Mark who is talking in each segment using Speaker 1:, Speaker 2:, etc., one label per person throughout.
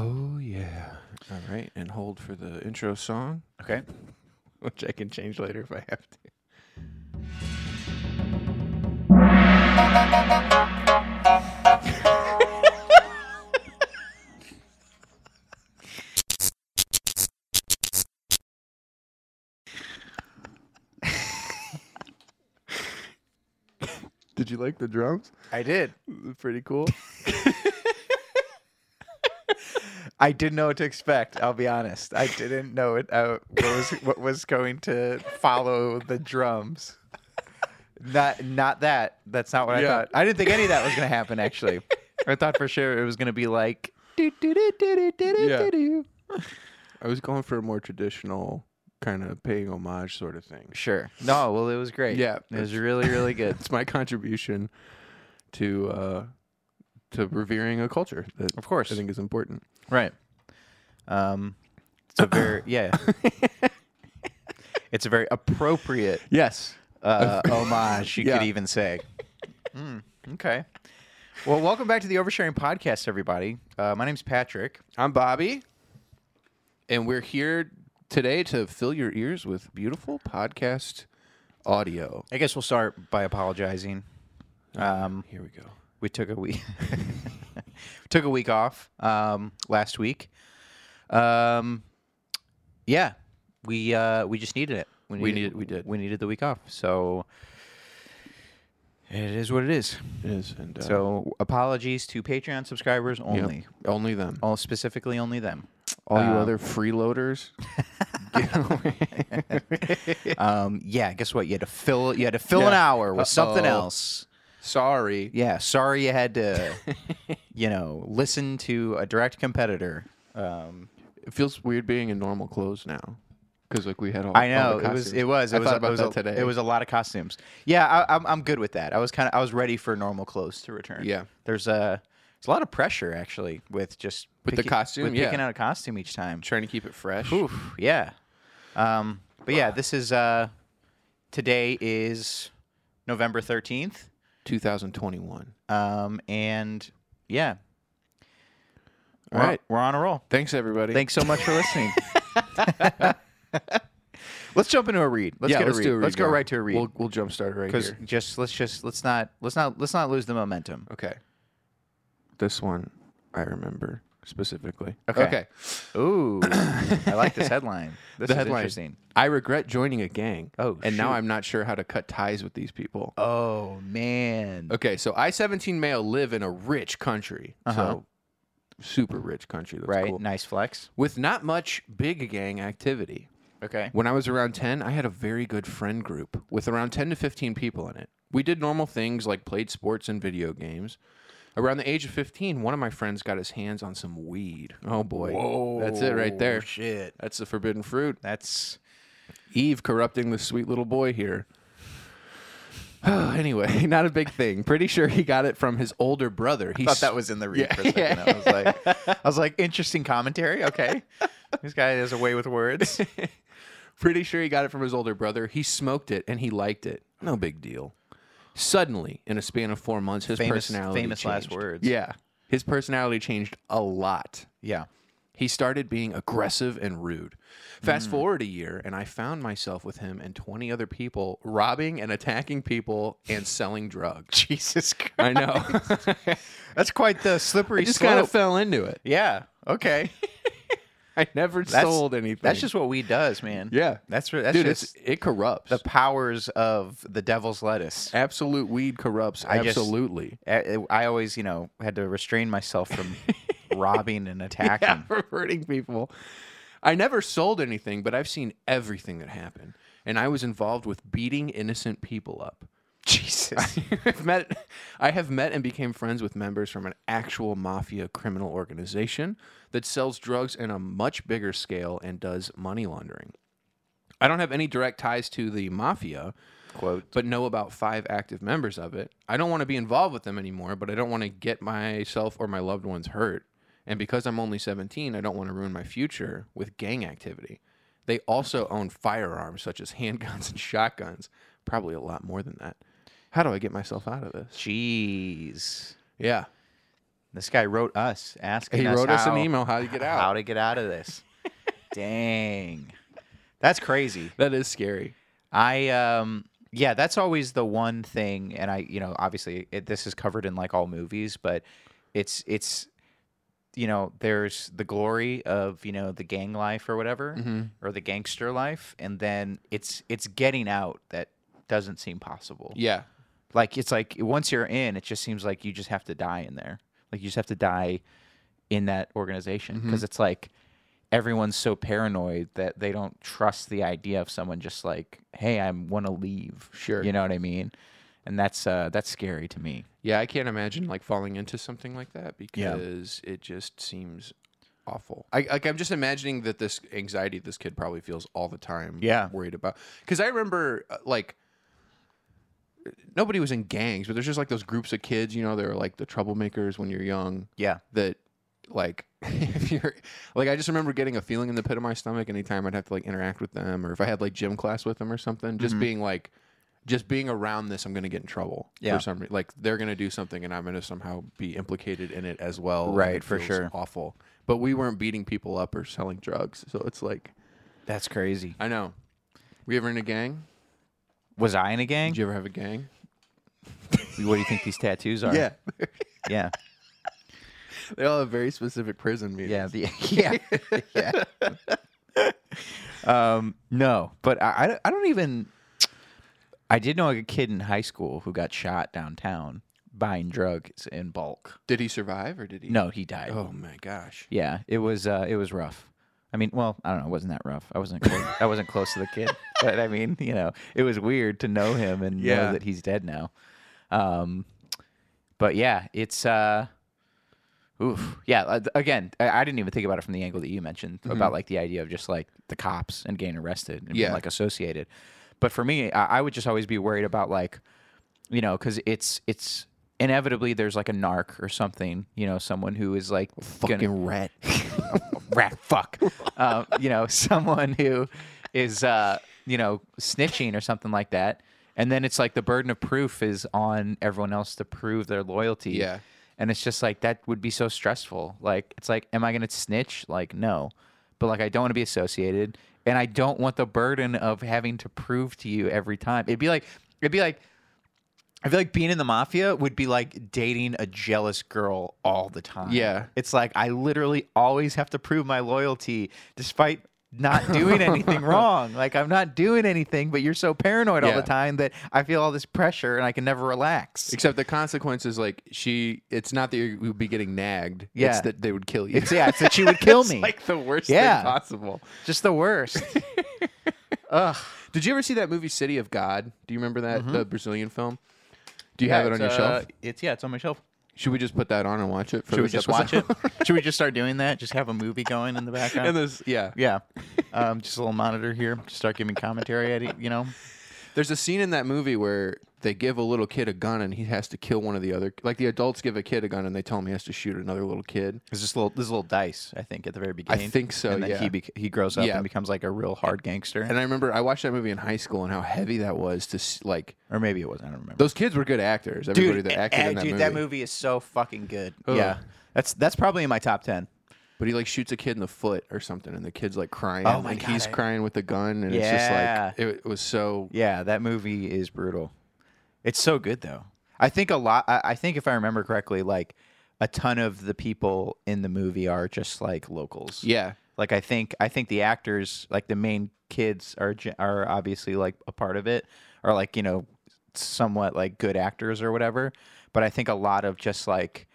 Speaker 1: Oh, All right, and hold for the intro song,
Speaker 2: Okay.
Speaker 1: which I can change later if I have to. Did you like the drums?
Speaker 2: I did.
Speaker 1: Pretty cool.
Speaker 2: I didn't know what to expect. I'll be honest. I didn't know it. Uh, what was what was going to follow the drums? Not not that. That's not what
Speaker 1: Yeah.
Speaker 2: I thought. I didn't think any of that was going to happen. Actually, I thought for sure it was going to be like. do-do-do-do-do-do-do-do.
Speaker 1: I was going for a more traditional kind of paying homage sort of thing.
Speaker 2: Sure. No. Well, it was great.
Speaker 1: Yeah,
Speaker 2: It was
Speaker 1: that's-
Speaker 2: really really good.
Speaker 1: It's my contribution to uh, to revering a culture that
Speaker 2: Of course.
Speaker 1: I think is important.
Speaker 2: Right. Um. It's a very yeah. It's a very appropriate
Speaker 1: Yes.
Speaker 2: uh, homage, you
Speaker 1: Yeah.
Speaker 2: could even say. Mm, okay. Well, welcome back to the Oversharing Podcast, everybody. Uh, my name's Patrick.
Speaker 1: I'm Bobby, and we're here today to fill your ears with beautiful podcast audio.
Speaker 2: I guess we'll start by apologizing. Um,
Speaker 1: Here we go.
Speaker 2: we took a week took a week off um, last week. Um, yeah, we uh, we just needed it.
Speaker 1: We needed- we did.
Speaker 2: we needed the week off. So it is what it is.
Speaker 1: It is, and uh,
Speaker 2: So apologies to Patreon subscribers
Speaker 1: yeah,
Speaker 2: only.
Speaker 1: only them.
Speaker 2: All specifically only them.
Speaker 1: All you
Speaker 2: um,
Speaker 1: other freeloaders, get away.
Speaker 2: Um, yeah, guess what? You had to fill you had to fill an
Speaker 1: Yeah.
Speaker 2: hour with something
Speaker 1: Uh-oh.
Speaker 2: else.
Speaker 1: sorry.
Speaker 2: Yeah, sorry you had to you know, listen to a direct competitor. Um,
Speaker 1: It feels weird being in normal clothes now, because like we had all.
Speaker 2: I
Speaker 1: all
Speaker 2: know
Speaker 1: the
Speaker 2: it was
Speaker 1: costumes.
Speaker 2: it was it
Speaker 1: I
Speaker 2: was
Speaker 1: thought
Speaker 2: a-
Speaker 1: about
Speaker 2: it was
Speaker 1: that
Speaker 2: a,
Speaker 1: today.
Speaker 2: It was a lot of costumes. Yeah, I, I'm I'm good with that. I was kind of I was ready for normal clothes to return.
Speaker 1: Yeah.
Speaker 2: there's a there's a lot of pressure actually with just
Speaker 1: With the
Speaker 2: picking-
Speaker 1: costume,
Speaker 2: with
Speaker 1: yeah.
Speaker 2: picking out a costume each time.
Speaker 1: trying to keep it fresh.
Speaker 2: Oof, yeah. Um, but yeah, this is uh, today is November thirteenth,
Speaker 1: 2021.
Speaker 2: um, and yeah,
Speaker 1: All
Speaker 2: we're,
Speaker 1: right.
Speaker 2: we're on a roll.
Speaker 1: Thanks everybody.
Speaker 2: Thanks so much for listening. let's jump into a read. Let's
Speaker 1: yeah,
Speaker 2: get a
Speaker 1: let's
Speaker 2: read.
Speaker 1: do a read
Speaker 2: Let's go
Speaker 1: now.
Speaker 2: right to a read
Speaker 1: We'll we'll jumpstart it right
Speaker 2: because
Speaker 1: here.
Speaker 2: just let's just let's not let's not let's not lose the momentum.
Speaker 1: Okay. This one I remember specifically.
Speaker 2: Okay. Ooh, I like this headline. This
Speaker 1: The
Speaker 2: is
Speaker 1: headline.
Speaker 2: interesting.
Speaker 1: I regret joining a gang.
Speaker 2: Oh,
Speaker 1: and now
Speaker 2: shoot.
Speaker 1: I'm not sure how to cut ties with these people.
Speaker 2: Oh man.
Speaker 1: Okay, so I-17 male live in a rich country. So super rich country. That's
Speaker 2: Right.
Speaker 1: cool.
Speaker 2: Nice flex.
Speaker 1: With not much big gang activity.
Speaker 2: Okay.
Speaker 1: When I was around 10, I had a very good friend group with around 10 to 15 people in it. We did normal things like played sports and video games. Around the age of 15, one of my friends got his hands on some weed. Oh boy. That's it right there.
Speaker 2: Shit.
Speaker 1: That's the forbidden fruit.
Speaker 2: That's
Speaker 1: Eve corrupting the sweet little boy here. anyway, not a big thing. Pretty sure he got it from his older brother. He
Speaker 2: I thought
Speaker 1: s-
Speaker 2: that was in the read
Speaker 1: Yeah.
Speaker 2: for a second. I was like, I was like, interesting commentary. Okay, this guy has a way with words.
Speaker 1: Pretty sure he got it from his older brother. He smoked it and he liked it. No big deal. Suddenly, in a span of four months, his
Speaker 2: Famous-
Speaker 1: personality
Speaker 2: famous last
Speaker 1: changed.
Speaker 2: words.
Speaker 1: Yeah, his personality changed a lot.
Speaker 2: Yeah.
Speaker 1: He started being aggressive and rude. Fast
Speaker 2: Hmm.
Speaker 1: forward a year, and I found myself with him and 20 other people robbing and attacking people and selling drugs.
Speaker 2: Jesus Christ.
Speaker 1: I know.
Speaker 2: That's quite the slippery
Speaker 1: I just
Speaker 2: slope.
Speaker 1: kind of fell into it.
Speaker 2: yeah. Okay.
Speaker 1: I never
Speaker 2: That's-
Speaker 1: sold anything.
Speaker 2: That's just what weed does, man.
Speaker 1: yeah,
Speaker 2: That's re- that's
Speaker 1: dude.
Speaker 2: just
Speaker 1: It's, it corrupts.
Speaker 2: the powers of the devil's lettuce.
Speaker 1: absolute weed corrupts.
Speaker 2: I just-
Speaker 1: absolutely.
Speaker 2: I, I always, you know, had to restrain myself from robbing and attacking.
Speaker 1: yeah, for hurting people. I never sold anything, but I've seen everything that happened, and I was involved with beating innocent people up.
Speaker 2: Jesus.
Speaker 1: I've met, I have met and became friends with members from an actual mafia criminal organization that sells drugs in a much bigger scale and does money laundering. I don't have any direct ties to the mafia,
Speaker 2: Quote.
Speaker 1: but know about five active members of it. I don't want to be involved with them anymore, but I don't want to get myself or my loved ones hurt. And because I'm only 17, I don't want to ruin my future with gang activity. They also own firearms such as handguns and shotguns, probably a lot more than that. How do I get myself out of this?
Speaker 2: Jeez.
Speaker 1: Yeah.
Speaker 2: This guy wrote us asking
Speaker 1: He
Speaker 2: us
Speaker 1: wrote us an
Speaker 2: how-
Speaker 1: email how to get out.
Speaker 2: How to get out of this. Dang. That's crazy.
Speaker 1: That is scary.
Speaker 2: I um yeah, that's always the one thing and I you know, obviously it, this is covered in like all movies, but it's it's you know, there's the glory of, you know, the gang life or whatever
Speaker 1: Mhm.
Speaker 2: or the gangster life and then it's it's getting out that doesn't seem possible.
Speaker 1: Yeah.
Speaker 2: Like it's like once you're in, it just seems like you just have to die in there. Like you just have to die in that organization because it's like everyone's so paranoid that they don't trust the idea of someone just like, "Hey, I want to leave."
Speaker 1: Sure.
Speaker 2: You know what I mean? And that's uh that's scary to me.
Speaker 1: Yeah, I can't imagine like falling into something like that because it just seems awful. I like I'm just imagining that this anxiety this kid probably feels all the time.
Speaker 2: Yeah.
Speaker 1: worried about because I remember uh, like nobody was in gangs, but there's just like those groups of kids. You know, they're like the troublemakers when you're young.
Speaker 2: Yeah.
Speaker 1: That like if you're like I just remember getting a feeling in the pit of my stomach anytime I'd have to like interact with them or if I had like gym class with them or something.
Speaker 2: Mm-hmm.
Speaker 1: Just being like just being around this, I'm going to get in trouble
Speaker 2: Yeah.
Speaker 1: for some reason. Like they're going to do something, and I'm going to somehow be implicated in it as well. and
Speaker 2: Right,
Speaker 1: it
Speaker 2: for
Speaker 1: feels
Speaker 2: sure.
Speaker 1: Awful. But we weren't beating people up or selling drugs, so it's like
Speaker 2: That's crazy.
Speaker 1: I know. Were you ever in a gang?
Speaker 2: Was I in a gang?
Speaker 1: Did you ever have a gang?
Speaker 2: what do you think these tattoos are? Yeah.
Speaker 1: they all have very specific prison meetings.
Speaker 2: Yeah, the, yeah, yeah. um, no, but I, I don't- I don't even. I did know a kid in high school who got shot downtown buying drugs in bulk.
Speaker 1: Did he survive or did he?
Speaker 2: No, he died.
Speaker 1: Oh my gosh.
Speaker 2: Yeah, it was uh, it was rough. I mean, well, I don't know. It wasn't that rough. I wasn't close, I wasn't close to the kid, but I mean, you know, it was weird to know him and
Speaker 1: Yeah.
Speaker 2: know that he's dead now. Um, but yeah, it's uh, oof, yeah. uh, th- Again, I, I didn't even think about it from the angle that you mentioned about like the idea of just like the cops and getting arrested and being
Speaker 1: Mm-hmm. Yeah.
Speaker 2: like associated. But for me, I, I would just always be worried about like you know, because it's it's inevitably there's like a narc or something, you know, someone who is like fucking
Speaker 1: rat.
Speaker 2: rat fuck, uh, you know, someone who is uh, you know snitching or something like that, and then it's like the burden of proof is on everyone else to prove their loyalty.
Speaker 1: Yeah.
Speaker 2: And it's just like that would be so stressful. Like it's like, am I gonna snitch? Like no, but like I don't want to be associated, and I don't want the burden of having to prove to you every time. It'd be like it'd be like I feel like being in the mafia would be like dating a jealous girl all the time.
Speaker 1: Yeah.
Speaker 2: It's like I literally always have to prove my loyalty despite not doing anything wrong. Like I'm not doing anything, but you're so paranoid all
Speaker 1: Yeah.
Speaker 2: the time that I feel all this pressure and I can never relax.
Speaker 1: Except the consequence is like she. It's not that you would be getting nagged.
Speaker 2: Yeah.
Speaker 1: It's that they would kill you.
Speaker 2: It's yeah, it's that she would kill
Speaker 1: It's
Speaker 2: me.
Speaker 1: like the worst
Speaker 2: Yeah.
Speaker 1: thing possible.
Speaker 2: Just the worst. Ugh.
Speaker 1: Did you ever see that movie City of God? Do you remember that the Brazilian film? Do you have it on your shelf?
Speaker 2: Mm-hmm. It's yeah, it's on my shelf.
Speaker 1: Should we just put that on and watch it? For
Speaker 2: Should we
Speaker 1: this
Speaker 2: just watch
Speaker 1: episode?
Speaker 2: it? Should we just start doing that? Just have a movie going in the background.
Speaker 1: and this, yeah.
Speaker 2: yeah, um, just a little monitor here. Just start giving commentary at it. You know.
Speaker 1: There's a scene in that movie where they give a little kid a gun and he has to kill one of the other. Like the adults give a kid a gun and they tell him he has to shoot another little kid.
Speaker 2: There's this little, this little dice, I think, at the very beginning.
Speaker 1: think so,
Speaker 2: And then
Speaker 1: yeah.
Speaker 2: he bec- he grows up
Speaker 1: Yeah.
Speaker 2: and becomes like a real hard gangster,
Speaker 1: And I remember I watched that movie in high school and how heavy that was to s- like.
Speaker 2: or maybe it was. I don't remember.
Speaker 1: Those kids were good actors. Everybody that acted in that,
Speaker 2: dude,
Speaker 1: movie.
Speaker 2: that movie is so fucking good.
Speaker 1: Ugh.
Speaker 2: Yeah, that's that's probably in my top ten.
Speaker 1: But he like shoots a kid in the foot or something, and the kid's like crying.
Speaker 2: Oh my
Speaker 1: and
Speaker 2: God,
Speaker 1: He's
Speaker 2: I-
Speaker 1: crying with a gun, and
Speaker 2: Yeah.
Speaker 1: it's just like it, it was so.
Speaker 2: Yeah, that movie is brutal. It's so good though. I think a lot. I, I think if I remember correctly, like a ton of the people in the movie are just like locals.
Speaker 1: Yeah,
Speaker 2: Like I think I think the actors, like the main kids, are ge- are obviously like a part of it, or like you know, somewhat like good actors or whatever. But I think a lot of just like,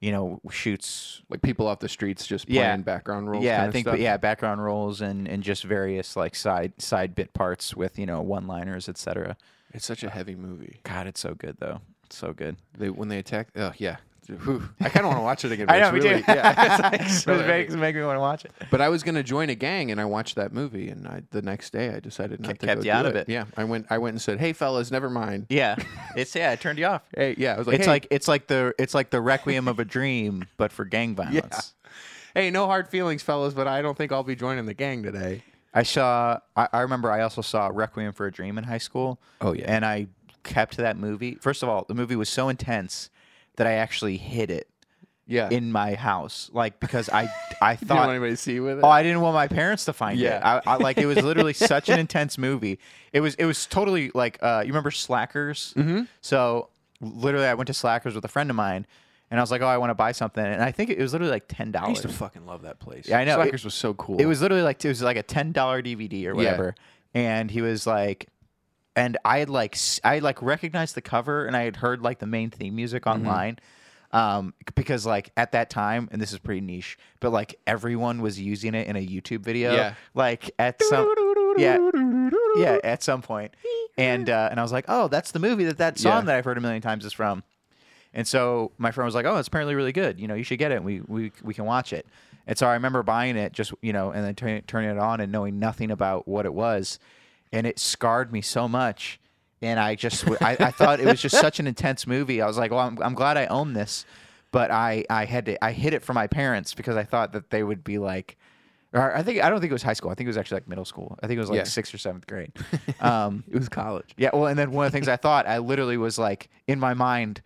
Speaker 2: you know, shoots.
Speaker 1: like people off the streets just playing
Speaker 2: Yeah.
Speaker 1: background roles.
Speaker 2: yeah,
Speaker 1: kind
Speaker 2: I
Speaker 1: of
Speaker 2: think
Speaker 1: stuff.
Speaker 2: yeah, background roles and and just various like side side bit parts with you know one liners, etc.
Speaker 1: It's such a heavy movie.
Speaker 2: God, it's so good though. It's so good.
Speaker 1: They when they attack. Oh yeah. Whew. I kind of want to watch it again.
Speaker 2: I
Speaker 1: but
Speaker 2: know
Speaker 1: it's
Speaker 2: we
Speaker 1: really,
Speaker 2: do.
Speaker 1: Yeah.
Speaker 2: it's like, it's
Speaker 1: really
Speaker 2: make,
Speaker 1: heavy.
Speaker 2: make me want to watch it.
Speaker 1: But I was gonna join a gang, and I watched that movie, and I, the next day I decided not to
Speaker 2: kept
Speaker 1: go
Speaker 2: you
Speaker 1: do
Speaker 2: out of it.
Speaker 1: Yeah, I went. I went and said, "Hey, fellas, never mind."
Speaker 2: Yeah, it's yeah. It turned you off.
Speaker 1: Hey, yeah, I was like,
Speaker 2: it's
Speaker 1: hey,
Speaker 2: like it's like the it's like the requiem of a dream, but for gang violence.
Speaker 1: hey, no hard feelings, fellas, but I don't think I'll be joining the gang today.
Speaker 2: I saw. I, I remember. I also saw Requiem for a Dream in high school.
Speaker 1: Oh, yeah.
Speaker 2: And I kept to that movie. First of all, the movie was so intense that I actually hid it.
Speaker 1: Yeah.
Speaker 2: in my house, like because I I
Speaker 1: you don't
Speaker 2: thought
Speaker 1: want anybody to see with it.
Speaker 2: Oh, I didn't want my parents to find it.
Speaker 1: Yeah.
Speaker 2: I, I like it was literally such an intense movie. It was it was totally like uh, you remember Slackers? Mm-hmm. So literally, I went to Slackers with a friend of mine, and I was like, oh, I want to buy something, and I think it was literally like ten
Speaker 1: I
Speaker 2: dollars.
Speaker 1: used to fucking love that place.
Speaker 2: Yeah, I know.
Speaker 1: Slackers
Speaker 2: It-
Speaker 1: was so cool.
Speaker 2: It was literally like it was like a ten dollar DVD or whatever, and he was like. And I had like s- I had like recognized the cover, and I had heard like the main theme music
Speaker 1: Mm-hmm.
Speaker 2: online, um, because like at that time, and this is pretty niche, but like everyone was using it in a YouTube video,
Speaker 1: Yeah.
Speaker 2: like at some yeah yeah at some point and uh, and i was like oh that's the movie that that song
Speaker 1: Yeah.
Speaker 2: that i've heard a million times is from and so my friend was like oh it's apparently really good you know you should get it and we we, we can watch it and so i remember buying it just you know and then turn, turning it on and knowing nothing about what it was and it scarred me so much and i just i, I thought it was just such an intense movie i was like well i'm, I'm glad i own this but I, I had to I hid it from my parents because I thought that they would be like, or I think I don't think it was high school. I think it was actually like middle school. I think it was like
Speaker 1: Yeah.
Speaker 2: sixth or seventh grade. Um,
Speaker 1: It was college.
Speaker 2: yeah. Well, and then one of the things I thought I literally was like in my mind,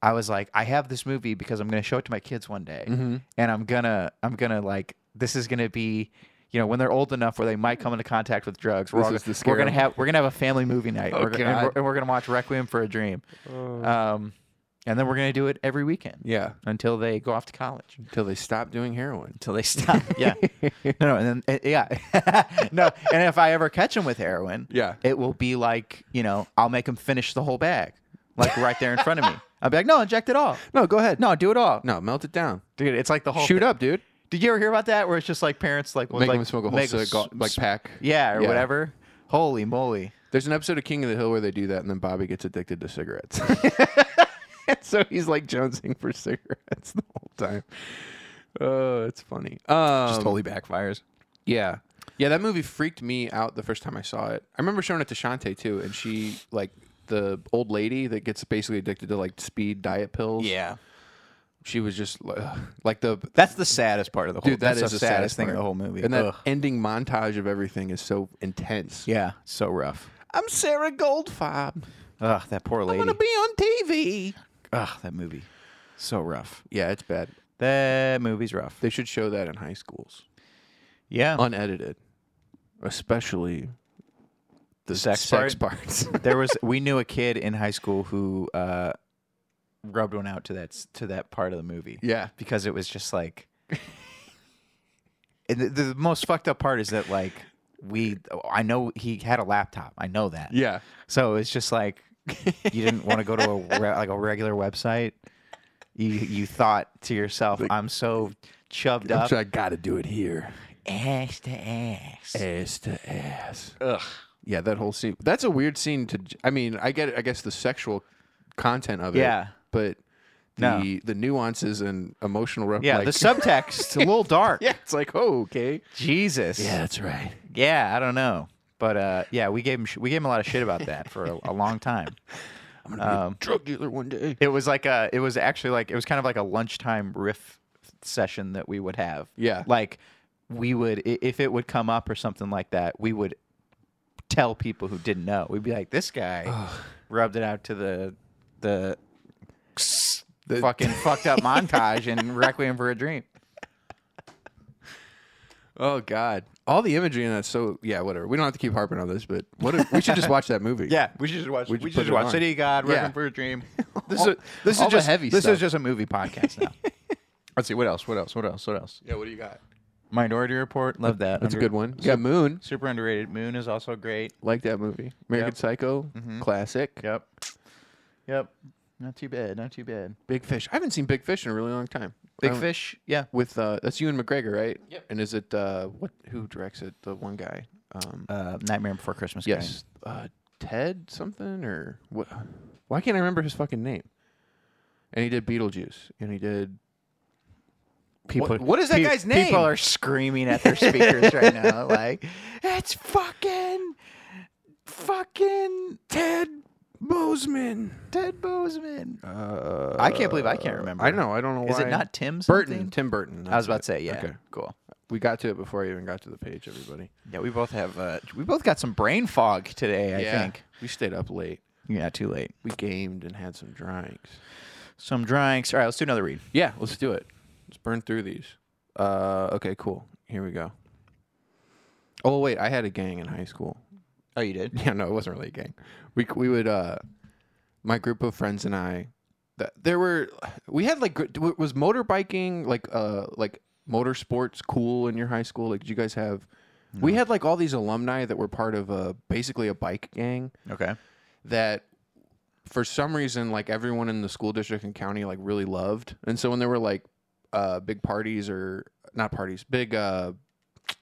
Speaker 2: I was like, I have this movie because I'm gonna show it to my kids one day,
Speaker 1: Mm-hmm.
Speaker 2: and I'm gonna I'm gonna like this is gonna be. You know, when they're old enough where they might come into contact with drugs, we're,
Speaker 1: This
Speaker 2: all
Speaker 1: is
Speaker 2: gonna-
Speaker 1: the
Speaker 2: we're gonna
Speaker 1: scare.
Speaker 2: have we're gonna have a family movie night,
Speaker 1: Oh,
Speaker 2: we're, gonna- and,
Speaker 1: God. Oh.
Speaker 2: we're, and we're gonna watch Requiem for a Dream, um, and then we're gonna do it every weekend
Speaker 1: Yeah.
Speaker 2: until they go off to college.
Speaker 1: Until they stopped doing heroin.
Speaker 2: Until they stop. yeah. No, no, and then uh, yeah, no, and if I ever catch them with heroin,
Speaker 1: Yeah.
Speaker 2: it will be like you know I'll make them finish the whole bag, like right there in front of me. I'll be like, no, inject it all.
Speaker 1: No, go ahead.
Speaker 2: No, do it all.
Speaker 1: No, melt it down.
Speaker 2: Dude, it's like the whole
Speaker 1: Shoot up, dude.
Speaker 2: Did you ever hear about that? Where it's just like parents like will,
Speaker 1: Make
Speaker 2: like,
Speaker 1: them smoke a whole
Speaker 2: make 'em
Speaker 1: cigar,
Speaker 2: s-
Speaker 1: like
Speaker 2: s-
Speaker 1: pack.
Speaker 2: yeah or
Speaker 1: Yeah.
Speaker 2: whatever. Holy moly!
Speaker 1: There's an episode of King of the Hill where they do that, and then Bobby gets addicted to cigarettes. so he's like jonesing for cigarettes the whole time. Oh, it's funny. Um,
Speaker 2: backfires.
Speaker 1: Yeah. Yeah, that movie freaked me out the first time I saw it. I remember showing it to Shantae too, and she like the old lady that gets basically addicted to like speed diet pills.
Speaker 2: Yeah,
Speaker 1: She was just ugh, like the
Speaker 2: that's the saddest part of the whole.
Speaker 1: dude.
Speaker 2: Oh, that's
Speaker 1: that is
Speaker 2: the
Speaker 1: the
Speaker 2: saddest,
Speaker 1: saddest
Speaker 2: thing of
Speaker 1: part.
Speaker 2: the whole movie.
Speaker 1: And that
Speaker 2: Ugh.
Speaker 1: ending montage of everything is so intense.
Speaker 2: yeah, so rough.
Speaker 1: I'm Sarah Goldfarb.
Speaker 2: Ugh, that poor lady.
Speaker 1: be on TV.
Speaker 2: Ugh, that movie. So rough.
Speaker 1: Yeah, it's bad.
Speaker 2: That movie's rough.
Speaker 1: They should show that in high schools,
Speaker 2: Yeah.
Speaker 1: unedited, especially the
Speaker 2: Sex part?
Speaker 1: parts.
Speaker 2: there was we knew a kid in high school who uh rubbed one out to that s- to that part of the movie.
Speaker 1: yeah,
Speaker 2: Because it was just like and the, the most fucked up part is that like we I know he had a laptop. I know that.
Speaker 1: yeah.
Speaker 2: So it's just like you didn't want to go to a re- like a regular website. You you thought to yourself, I'm so chubbed up
Speaker 1: So I got to do it here.
Speaker 2: ass to ass.
Speaker 1: ass to ass. Ugh. Yeah, that whole scene. That's a weird scene to. j- I mean, I get. it- I guess the sexual content of it.
Speaker 2: Yeah.
Speaker 1: But
Speaker 2: No.
Speaker 1: the the nuances and emotional. Rep-
Speaker 2: Yeah,
Speaker 1: like-
Speaker 2: the subtext a little dark.
Speaker 1: yeah, it's like oh, okay.
Speaker 2: Jesus.
Speaker 1: that's right.
Speaker 2: Yeah, I don't know, but uh, yeah, we gave him sh- we gave him a lot of shit about that for a, a long time.
Speaker 1: I'm gonna be a drug dealer one day.
Speaker 2: It was like a, it was actually like it was kind of like a lunchtime riff session that we would have.
Speaker 1: Yeah.
Speaker 2: like we would i- if it would come up or something like that, we would tell people who didn't know. We'd be like, this guy rubbed it out to the the,
Speaker 1: The-
Speaker 2: fucking fucked up montage in Requiem for a Dream.
Speaker 1: Oh God. All the imagery in that's so yeah. Whatever. We don't have to keep harping on this, but what if, we should just watch that movie.
Speaker 2: Yeah, we should just watch.
Speaker 1: We
Speaker 2: We,
Speaker 1: should put
Speaker 2: should just
Speaker 1: it
Speaker 2: watch
Speaker 1: on.
Speaker 2: City of God,
Speaker 1: Yeah.
Speaker 2: Requiem for a Dream. This
Speaker 1: All-
Speaker 2: is this
Speaker 1: all
Speaker 2: is
Speaker 1: the
Speaker 2: just
Speaker 1: heavy
Speaker 2: This
Speaker 1: stuff.
Speaker 2: is just a movie podcast now. Let's see what else. What else? What else? What else?
Speaker 1: Yeah. What do you got?
Speaker 2: Minority Report. Love that.
Speaker 1: That's a good one. Yeah. Moon.
Speaker 2: Super underrated. Moon is also great.
Speaker 1: Like that movie. American
Speaker 2: Yep. Mm-hmm.
Speaker 1: Psycho. Classic.
Speaker 2: Yep. Yep. Not too bad. Not too bad. Um,
Speaker 1: Big Fish. I haven't seen Big Fish in a really long time. I
Speaker 2: Big
Speaker 1: don't-
Speaker 2: Fish. Yeah.
Speaker 1: with uh that's Ewan McGregor, right?
Speaker 2: Yep.
Speaker 1: And is it uh what who directs it? The one guy. Um
Speaker 2: Uh, Nightmare Before Christmas.
Speaker 1: yes. Uh Ted something or what why can't I remember his fucking name? And he did Beetlejuice and he did
Speaker 2: People.
Speaker 1: What- what is that
Speaker 2: pe-
Speaker 1: guy's name?
Speaker 2: People are screaming at their speakers right now. Like, it's fucking, fucking
Speaker 1: Ted Bozeman.
Speaker 2: Ted Bozeman. I can't believe I can't remember.
Speaker 1: I know, I don't know
Speaker 2: Is
Speaker 1: why.
Speaker 2: it not Tim? Something?
Speaker 1: Burton? Tim Burton.
Speaker 2: I was
Speaker 1: that's
Speaker 2: about to
Speaker 1: it.
Speaker 2: say, yeah.
Speaker 1: Okay.
Speaker 2: Cool.
Speaker 1: We got to it before I even got to the page, everybody.
Speaker 2: Yeah, we both have uh we both got some brain fog today, I think.
Speaker 1: We stayed up late.
Speaker 2: Yeah, too late.
Speaker 1: We gamed and had some drinks.
Speaker 2: some drinks. All right, let's do another read.
Speaker 1: Yeah, let's do it. Let's burn through these. Uh, okay, cool. Here we go. Oh wait, I had a gang in high school.
Speaker 2: Oh, you did?
Speaker 1: Yeah, no, it wasn't really a gang. We we would uh, my group of friends and I, th- there were we had like gr- w- was motorbiking like uh like motorsports cool in your high school? Like, did you guys have? We had like all these alumni that were part of a basically a bike gang
Speaker 2: Okay.
Speaker 1: that for some reason like everyone in the school district and county like really loved and so when there were like uh big parties or not parties big uh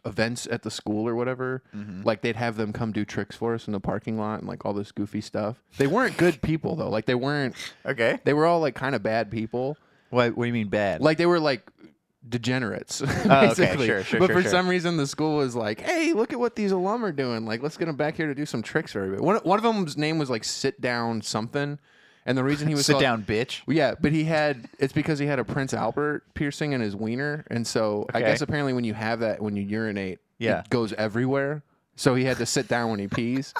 Speaker 1: events at the school or whatever like they'd have them come do tricks for us in the parking lot and like all this goofy stuff they weren't good people though like they weren't
Speaker 2: Okay.
Speaker 1: they were all like kind of bad people
Speaker 2: What What do you mean bad?
Speaker 1: like they were like degenerates
Speaker 2: Oh, okay,
Speaker 1: basically
Speaker 2: sure, sure,
Speaker 1: but
Speaker 2: sure,
Speaker 1: for
Speaker 2: sure.
Speaker 1: some reason the school was like hey look at what these alum are doing like let's get them back here to do some tricks for everybody one, one of them's name was like sit down something and the reason he was
Speaker 2: sit
Speaker 1: called-
Speaker 2: down, bitch.
Speaker 1: yeah but he had it's because he had a prince albert piercing in his wiener and so i
Speaker 2: Okay.
Speaker 1: guess apparently when you have that when you urinate
Speaker 2: Yeah.
Speaker 1: it goes everywhere so he had to sit down when he pees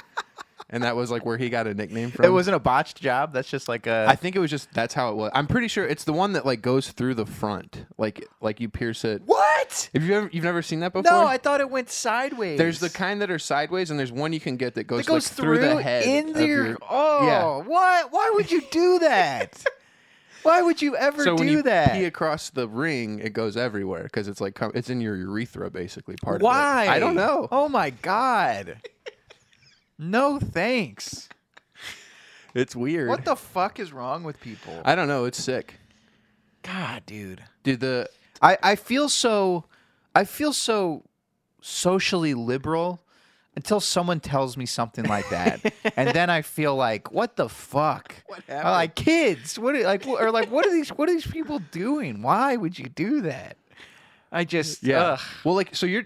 Speaker 1: and that was like where he got a nickname from
Speaker 2: It wasn't a botched job. That's just like a.
Speaker 1: I think it was just that's how it was. I'm pretty sure it's the one that like goes through the front, like like you pierce it.
Speaker 2: what?
Speaker 1: Have you ever you've never seen that before?
Speaker 2: No, I thought it went sideways.
Speaker 1: there's the kind that are sideways, and there's one you can get that goes,
Speaker 2: It goes
Speaker 1: like, through, the head
Speaker 2: in
Speaker 1: of
Speaker 2: there.
Speaker 1: your-
Speaker 2: oh,
Speaker 1: Yeah.
Speaker 2: what? Why would you do that? Why would you ever
Speaker 1: So
Speaker 2: do
Speaker 1: when you
Speaker 2: that?
Speaker 1: pee across the ring, it goes everywhere because it's like com- it's in your urethra, basically. Part
Speaker 2: Why?
Speaker 1: of it. I don't know.
Speaker 2: Oh my god. no thanks.
Speaker 1: It's weird.
Speaker 2: What the fuck is wrong with people?
Speaker 1: I don't know. It's sick.
Speaker 2: god, dude.
Speaker 1: Dude, the
Speaker 2: I, I feel so I feel so socially liberal until someone tells me something like that. and then I feel like, what the fuck?
Speaker 1: What
Speaker 2: I'm
Speaker 1: happened?
Speaker 2: Like kids, what are, like wh- or like what are these what are these people doing? Why would you do that? I just
Speaker 1: yeah.
Speaker 2: ugh.
Speaker 1: Well, like so you're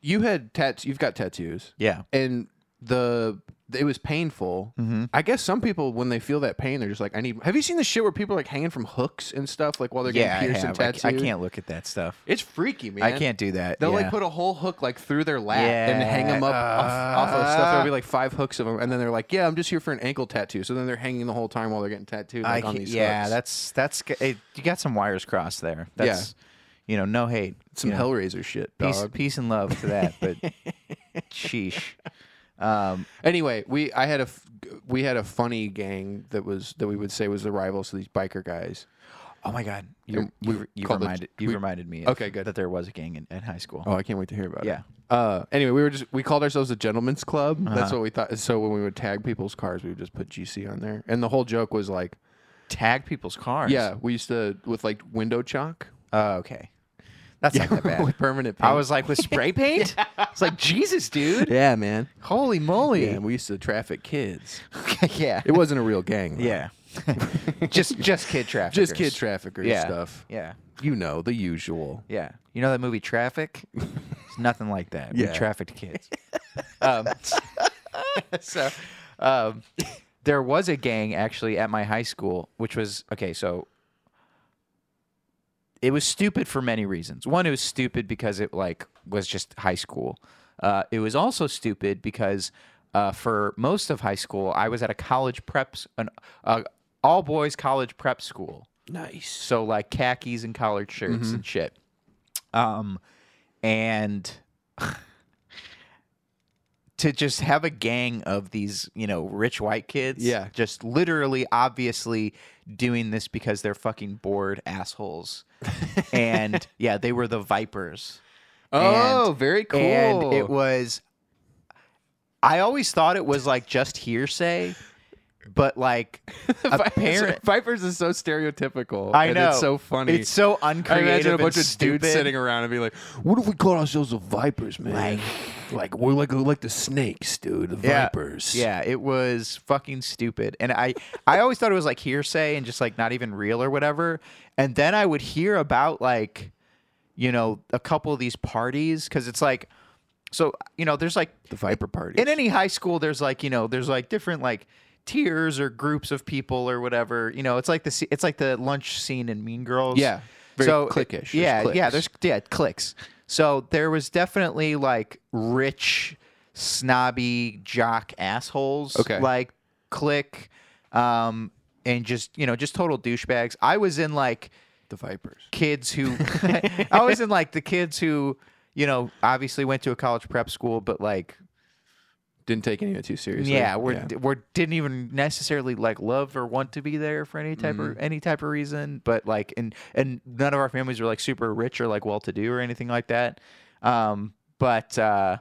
Speaker 1: you had tats. You've got tattoos.
Speaker 2: Yeah.
Speaker 1: and the it was painful.
Speaker 2: Mm-hmm.
Speaker 1: I guess some people when they feel that pain, they're just like, "I need." Have you seen the shit where people are like hanging from hooks and stuff, like while they're
Speaker 2: Yeah,
Speaker 1: getting
Speaker 2: I,
Speaker 1: pierced and
Speaker 2: have. I,
Speaker 1: tattooed?
Speaker 2: ca- I can't look at that stuff.
Speaker 1: It's freaky, man.
Speaker 2: I can't do that.
Speaker 1: They'll
Speaker 2: yeah.
Speaker 1: like put a whole hook like through their lap and hang
Speaker 2: Yeah,
Speaker 1: them up off, off of stuff. There'll
Speaker 2: uh,
Speaker 1: be like five hooks of them, and then they're like, "Yeah, I'm just here for an ankle tattoo." So then they're hanging the whole time while they're getting tattooed like,
Speaker 2: I
Speaker 1: on
Speaker 2: ca-
Speaker 1: these
Speaker 2: yeah,
Speaker 1: hooks.
Speaker 2: that's that's g- it, you got some wires crossed there.
Speaker 1: Yeah.
Speaker 2: That's you know, no hate.
Speaker 1: some
Speaker 2: you know,
Speaker 1: Hellraiser shit,
Speaker 2: peace,
Speaker 1: dog.
Speaker 2: peace and love to that, but sheesh. Um,
Speaker 1: Anyway, we I had a f- we had a funny gang that was that we would say was the rivals to these biker guys.
Speaker 2: oh my god,
Speaker 1: And
Speaker 2: you
Speaker 1: we
Speaker 2: you, you
Speaker 1: called it-
Speaker 2: reminded you
Speaker 1: we-
Speaker 2: reminded me. Of,
Speaker 1: Okay, good.
Speaker 2: That there was a gang in, at high school.
Speaker 1: Oh, I can't wait to hear about
Speaker 2: Yeah.
Speaker 1: it. Yeah. Uh, anyway, we were just we called ourselves the Gentleman's Club. That's
Speaker 2: Uh-huh.
Speaker 1: what we thought. So when we would tag people's cars, we would just put GC on there, and the whole joke was like,
Speaker 2: Tag people's cars.
Speaker 1: yeah, we used to with like window chalk.
Speaker 2: Oh, okay. That's not that bad.
Speaker 1: with permanent. Paint.
Speaker 2: I was like with spray paint. It's like Jesus, dude.
Speaker 1: yeah, man.
Speaker 2: Holy moly.
Speaker 1: Yeah, we used to traffic kids.
Speaker 2: yeah.
Speaker 1: It wasn't a real gang. though.
Speaker 2: Yeah. just just kid traffic.
Speaker 1: just kid traffickers
Speaker 2: Yeah.
Speaker 1: stuff.
Speaker 2: Yeah.
Speaker 1: You know the usual.
Speaker 2: Yeah. You know that movie Traffic? It's nothing like that.
Speaker 1: Yeah.
Speaker 2: We trafficked kids. um, so um, there was a gang actually at my high school, which was okay, so it was stupid for many reasons. One, it was stupid because it like was just high school. Uh, it was also stupid because uh, for most of high school, I was at a college preps, an uh, all boys college prep school.
Speaker 1: Nice.
Speaker 2: So like khakis and collared shirts
Speaker 1: Mm-hmm.
Speaker 2: and shit. Um, and to just have a gang of these, you know, rich white kids,
Speaker 1: Yeah.
Speaker 2: just literally, obviously doing this because they're fucking bored assholes. and yeah, they were the Vipers.
Speaker 1: Oh,
Speaker 2: And-
Speaker 1: very cool.
Speaker 2: And it was, I always thought it was like just hearsay, but like apparent.
Speaker 1: Vipers is so stereotypical.
Speaker 2: I
Speaker 1: and
Speaker 2: know.
Speaker 1: it's so funny.
Speaker 2: It's so
Speaker 1: I
Speaker 2: uncreative.
Speaker 1: imagine a
Speaker 2: and
Speaker 1: bunch of
Speaker 2: stupid.
Speaker 1: dudes sitting around and be like, "What if we call ourselves the Vipers, man? Like, we're like like the snakes, dude. The
Speaker 2: Yeah.
Speaker 1: Vipers.
Speaker 2: Yeah, it was fucking stupid. And I I always thought it was like hearsay and just like not even real or whatever. And then I would hear about like you know, a couple of these parties cuz it's like so, you know, there's like
Speaker 1: the Viper party.
Speaker 2: in any high school there's like, you know, there's like different like tiers or groups of people or whatever. You know, it's like the se- it's like the lunch scene in Mean Girls.
Speaker 1: Yeah, very
Speaker 2: so
Speaker 1: cliquish. There's
Speaker 2: Yeah, yeah.
Speaker 1: cliques.
Speaker 2: There's yeah clicks. So there was definitely like rich, snobby jock assholes.
Speaker 1: Okay.
Speaker 2: Like click, um, and just you know just total douchebags. I was in like
Speaker 1: The Vipers.
Speaker 2: kids who I was in like the kids who you know obviously went to a college prep school, but like
Speaker 1: Didn't take any of it too seriously.
Speaker 2: yeah, we're we're didn't even necessarily like love or want to be there for any type of any type of reason, but like and and none of our families were like super rich or like well to do or anything like that. Um, but uh,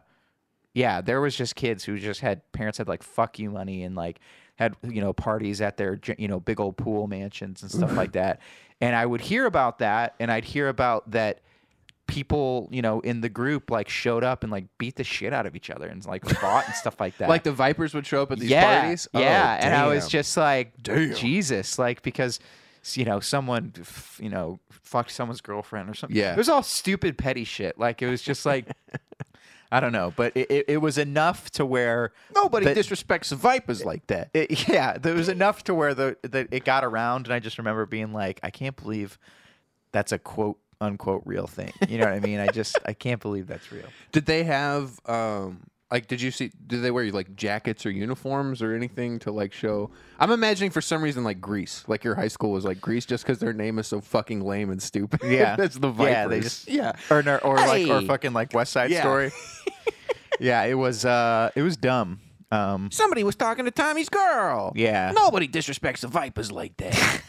Speaker 2: yeah, there was just kids who just had parents had like fuck you money and like had you know parties at their j- you know big old pool mansions and stuff like that. And I would hear about that, and I'd hear about that people you know in the group like showed up and like beat the shit out of each other and like fought and stuff like that
Speaker 1: Like the Vipers would show up at these
Speaker 2: yeah,
Speaker 1: parties. Oh,
Speaker 2: Yeah, and I was
Speaker 1: damn.
Speaker 2: just like,
Speaker 1: Damn.
Speaker 2: Jesus, like because you know someone, f- you know, fucked someone's girlfriend or something.
Speaker 1: Yeah.
Speaker 2: it was all stupid, petty shit. Like it was just like, I don't know, but it, it, it was enough to where
Speaker 1: nobody
Speaker 2: that-
Speaker 1: disrespects the Vipers like that.
Speaker 2: it, yeah, there was enough to where the that it got around, and I just remember being like, I can't believe that's a quote unquote real thing. You know what I mean? I just I can't believe that's real.
Speaker 1: Did they have um like did you see did they wear like jackets or uniforms or anything to like show I'm imagining for some reason like Greece. Like your high school was like Greece just cuz their name is so fucking lame and stupid.
Speaker 2: Yeah,
Speaker 1: That's the Vipers.
Speaker 2: Yeah, they just
Speaker 1: yeah.
Speaker 2: or no- or like or
Speaker 1: Hey.
Speaker 2: fucking like West Side
Speaker 1: Yeah.
Speaker 2: Story. yeah, it was uh, it was dumb. Um,
Speaker 1: Somebody was talking to Tommy's girl.
Speaker 2: Yeah.
Speaker 1: Nobody disrespects the Vipers like that.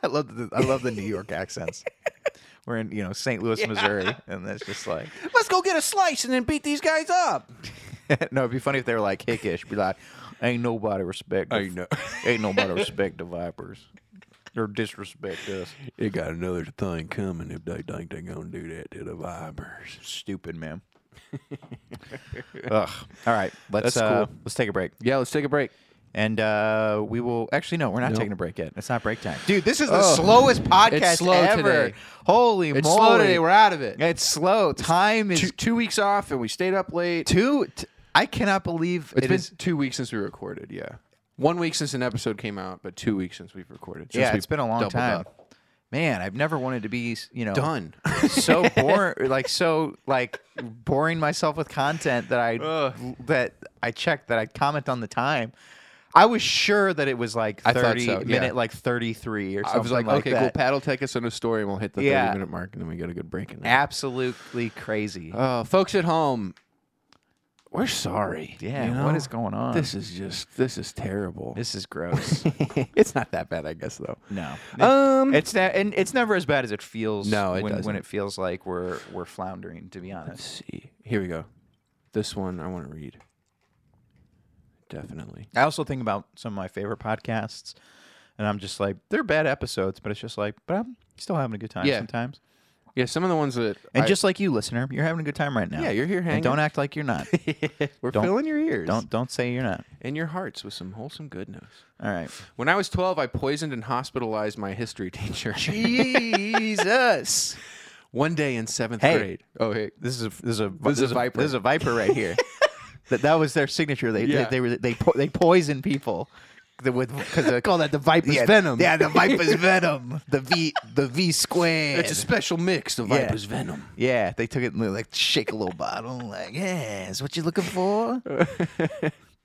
Speaker 2: I love the I love the New York accents. We're in you know St. Louis, Missouri, and that's just like
Speaker 1: Let's go get a slice and then beat these guys up.
Speaker 2: no. It'd be funny if they were like hickish, be like, ain't nobody respect. the-
Speaker 1: Ain't no-
Speaker 2: ain't nobody respect the Vipers. They're disrespect us.
Speaker 1: They got another thing coming if they think they're going to do that to the Vipers.
Speaker 2: Stupid man. Ugh. All right, let's
Speaker 1: That's
Speaker 2: uh,
Speaker 1: cool.
Speaker 2: let's take a break.
Speaker 1: Yeah, let's take a break.
Speaker 2: And uh, we will actually no, we're not
Speaker 1: Nope.
Speaker 2: taking a break yet. It's not break time, dude. This is the
Speaker 1: Oh.
Speaker 2: slowest podcast
Speaker 1: It's slow
Speaker 2: ever.
Speaker 1: today.
Speaker 2: Holy
Speaker 1: It's
Speaker 2: moly!
Speaker 1: slow today. We're out of it.
Speaker 2: it's slow. Time is
Speaker 1: Two, two weeks off and we stayed up late.
Speaker 2: two. t- I cannot believe
Speaker 1: It's
Speaker 2: it
Speaker 1: been
Speaker 2: is-
Speaker 1: two weeks since we recorded. Yeah, one week since an episode came out, but two weeks since we've recorded. since
Speaker 2: Yeah,
Speaker 1: we've
Speaker 2: it's been a long
Speaker 1: doubled
Speaker 2: time.
Speaker 1: up.
Speaker 2: Man, I've never wanted to be you know
Speaker 1: Done.
Speaker 2: so boring, like so like boring myself with content that I
Speaker 1: Ugh.
Speaker 2: that I checked that I comment on the time. I was sure that it was like
Speaker 1: I thought
Speaker 2: thirty
Speaker 1: so, yeah.
Speaker 2: minute like thirty three or
Speaker 1: I
Speaker 2: something
Speaker 1: was like, okay,
Speaker 2: that.
Speaker 1: cool. Pat will take us on a story, and we'll hit the
Speaker 2: Yeah.
Speaker 1: thirty minute mark, and then we get a good break. In there.
Speaker 2: Absolutely crazy.
Speaker 1: Uh, folks at home, we're sorry.
Speaker 2: Yeah,
Speaker 1: you
Speaker 2: what
Speaker 1: know?
Speaker 2: is going on?
Speaker 1: This is just this is terrible.
Speaker 2: This is gross.
Speaker 1: it's not that bad, I guess, though.
Speaker 2: no,
Speaker 1: Um,
Speaker 2: it's ne- and it's never as bad as it feels.
Speaker 1: No, it
Speaker 2: when,
Speaker 1: doesn't.
Speaker 2: when it feels like we're we're floundering. To be honest,
Speaker 1: Let's see. Here we go. This one I want to read. Definitely.
Speaker 2: I also think about some of my favorite podcasts, and I'm just like, they're bad episodes, but it's just like, but I'm still having a good time
Speaker 1: Yeah.
Speaker 2: sometimes.
Speaker 1: Yeah, some of the ones that
Speaker 2: And
Speaker 1: I-
Speaker 2: just like you, listener, you're having a good time right now.
Speaker 1: Yeah, you're here
Speaker 2: And
Speaker 1: hanging.
Speaker 2: don't act like you're not.
Speaker 1: we're
Speaker 2: don't-
Speaker 1: filling your ears.
Speaker 2: don't don't say you're not.
Speaker 1: and your hearts with some wholesome goodness.
Speaker 2: All right.
Speaker 1: When I was 12, I poisoned and hospitalized my history teacher.
Speaker 2: Jesus.
Speaker 1: One day in seventh
Speaker 2: Hey.
Speaker 1: grade. Oh, hey.
Speaker 2: This is a this is a
Speaker 1: is a viper.
Speaker 2: This is a viper right here. that that was their signature. They
Speaker 1: Yeah.
Speaker 2: they, they were they po- they poison people the- with because call that the viper's
Speaker 1: Yeah, venom.
Speaker 2: Yeah, the viper's venom. The V the V squared.
Speaker 1: It's a special mix of
Speaker 2: Yeah.
Speaker 1: Viper's venom.
Speaker 2: yeah, they took it and they, like shake a little bottle. Like, yeah, is what you looking for?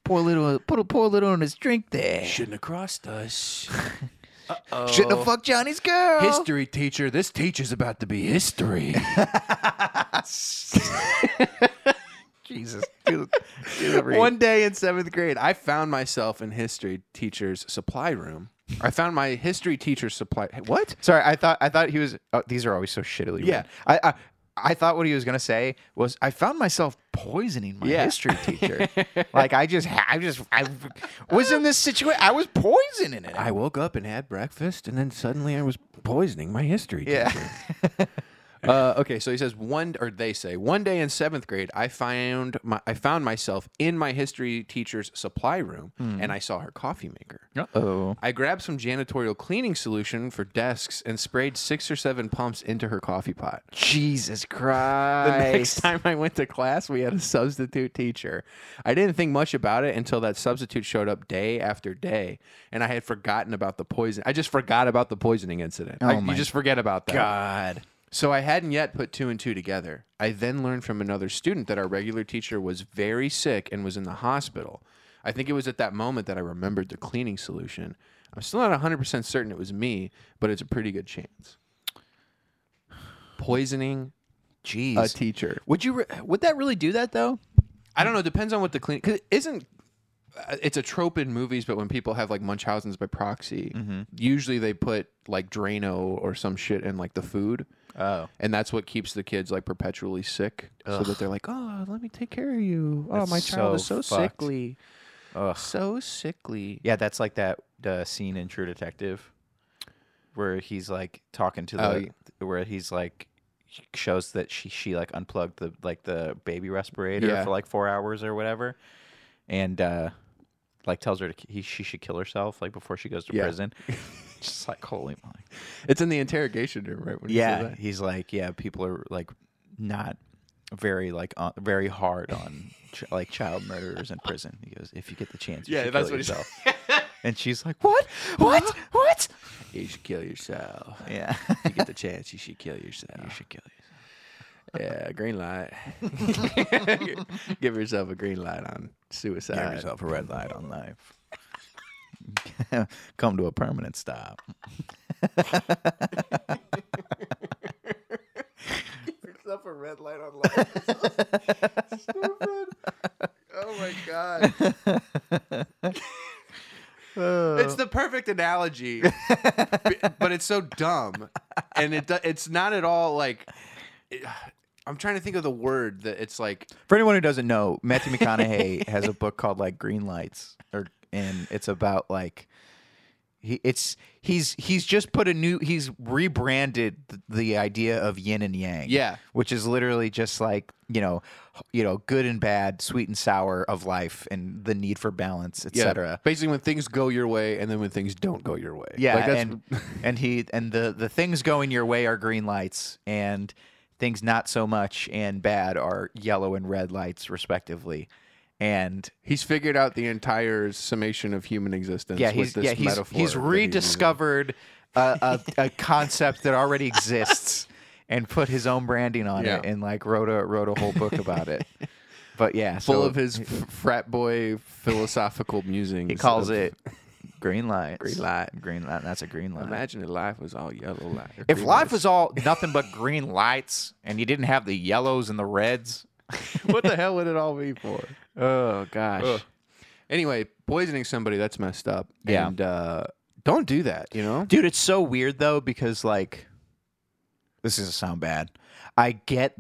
Speaker 2: poor little put a poor little on his drink there.
Speaker 1: Shouldn't have crossed us.
Speaker 2: Shouldn't have fucked Johnny's girl.
Speaker 1: History teacher, this teacher's about to be history.
Speaker 2: Jesus. Dude, dude, over here.
Speaker 1: One day in seventh grade, I found myself in history teacher's supply room. I found my history teacher's supply. What?
Speaker 2: Sorry, I thought I thought he was. Oh, these are always so shittily. written.
Speaker 1: Yeah.
Speaker 2: I, I I thought what he was gonna say was I found myself poisoning my
Speaker 1: Yeah.
Speaker 2: history teacher. like I just ha- I just I was in this situation. I was poisoning it.
Speaker 1: I woke up and had breakfast, and then suddenly I was poisoning my history.
Speaker 2: yeah.
Speaker 1: teacher. Uh, okay, so he says one, or they say one day in seventh grade, I found my I found myself in my history teacher's supply room, and I saw her coffee maker.
Speaker 2: oh.
Speaker 1: I grabbed some janitorial cleaning solution for desks and sprayed six or seven pumps into her coffee pot.
Speaker 2: Jesus
Speaker 1: The
Speaker 2: Christ.
Speaker 1: next time I went to class, we had a substitute teacher. I didn't think much about it until that substitute showed up day after day, and I had forgotten about the poison. I just forgot about the poisoning incident. I-
Speaker 2: Oh my
Speaker 1: you just forget about that.
Speaker 2: God.
Speaker 1: So I hadn't yet put two and two together. I then learned from another student that our regular teacher was very sick and was in the hospital. I think it was at that moment that I remembered the cleaning solution. I'm still not 100% certain it was me, but it's a pretty good chance. Poisoning
Speaker 2: Jeez.
Speaker 1: a teacher.
Speaker 2: would you? Re- would that really do that though?
Speaker 1: I don't know. Depends on what the clean. Cause it isn't. uh, It's a trope in movies, but when people have like Munchausen's by proxy, usually they put like Drano or some shit in like the food,
Speaker 2: Oh,
Speaker 1: and that's what keeps the kids like perpetually sick, so that they're like, "Oh, let me take care of you. Oh,
Speaker 2: That's
Speaker 1: my child is
Speaker 2: so
Speaker 1: so
Speaker 2: fucked.
Speaker 1: sickly,
Speaker 2: Ugh.
Speaker 1: so sickly."
Speaker 2: yeah. That's like that uh, scene in True Detective, where he's like talking to the,
Speaker 1: Oh,
Speaker 2: where he's like shows that she she like unplugged the like the baby respirator
Speaker 1: Yeah.
Speaker 2: for like four hours or whatever, and uh like tells her to he, she should kill herself like before she goes to
Speaker 1: Yeah.
Speaker 2: prison. Just like holy moly.
Speaker 1: It's in the interrogation room, right? When you say
Speaker 2: Yeah,
Speaker 1: that.
Speaker 2: he's like, yeah, people are like not very like uh, very hard on ch- like child murderers in prison. He goes, if you get the chance, you
Speaker 1: Yeah,
Speaker 2: should
Speaker 1: that's
Speaker 2: kill
Speaker 1: what he said.
Speaker 2: yourself. and she's like, what, what, what?
Speaker 1: you should kill yourself.
Speaker 2: Yeah,
Speaker 1: If you get the chance, you should kill yourself.
Speaker 2: you should kill yourself.
Speaker 1: Yeah, green light. Give yourself a green light on suicide.
Speaker 2: Give yourself a red light on life. Come to a permanent stop.
Speaker 1: yourself a red light on life. Stupid. Oh my god. it's the perfect analogy, b- but it's so dumb, and it do- it's not at all like. it- I'm trying to think of the word that it's like.
Speaker 2: For anyone who doesn't know, Matthew McConaughey has a book called like Green Lights, or and it's about like he it's he's he's just put a new he's rebranded th- the idea of yin and yang.
Speaker 1: Yeah.
Speaker 2: which is literally just like you know h- you know good and bad, sweet and sour of life, and the need for balance, etc.
Speaker 1: Basically, when things go your way, and then when things don't go your way.
Speaker 2: Yeah,
Speaker 1: Like, that's-
Speaker 2: and and he and the the things going your way are green lights, and things not so much and bad are yellow and red lights, respectively. And
Speaker 1: He's figured out the entire summation of human existence
Speaker 2: yeah,
Speaker 1: with
Speaker 2: he's
Speaker 1: this
Speaker 2: yeah, he's,
Speaker 1: metaphor.
Speaker 2: he's
Speaker 1: that using.
Speaker 2: rediscovered a, a, a concept that already exists and put his own branding on
Speaker 1: Yeah.
Speaker 2: it and like wrote a wrote a whole book about it. But yeah, so
Speaker 1: full of his f- frat boy philosophical musings.
Speaker 2: he calls
Speaker 1: of-
Speaker 2: it green light.
Speaker 1: Green light.
Speaker 2: Green light. That's a green light.
Speaker 1: Imagine if life was all yellow light.
Speaker 2: if life was all nothing but green lights and you didn't have the yellows and the reds,
Speaker 1: what the hell would it all be for?
Speaker 2: oh gosh.
Speaker 1: Anyway, poisoning somebody—that's messed up.
Speaker 2: Yeah.
Speaker 1: And, uh, don't do that. You know.
Speaker 2: Dude, it's so weird though because like this is a sound bad. I get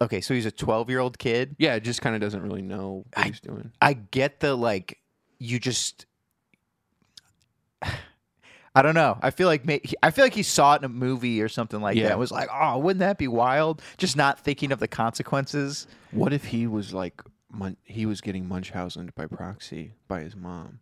Speaker 2: okay, so he's a 12-year-old kid.
Speaker 1: Yeah, it just kind of doesn't really know what
Speaker 2: I-
Speaker 1: he's doing.
Speaker 2: I get the like you just I don't know. I feel like ma- he- I feel like he saw it in a movie or something like
Speaker 1: Yeah.
Speaker 2: that. and was like, "Oh, wouldn't that be wild?" Just not thinking of the consequences.
Speaker 1: What if he was like mun- he was getting Munchausened by proxy by his mom,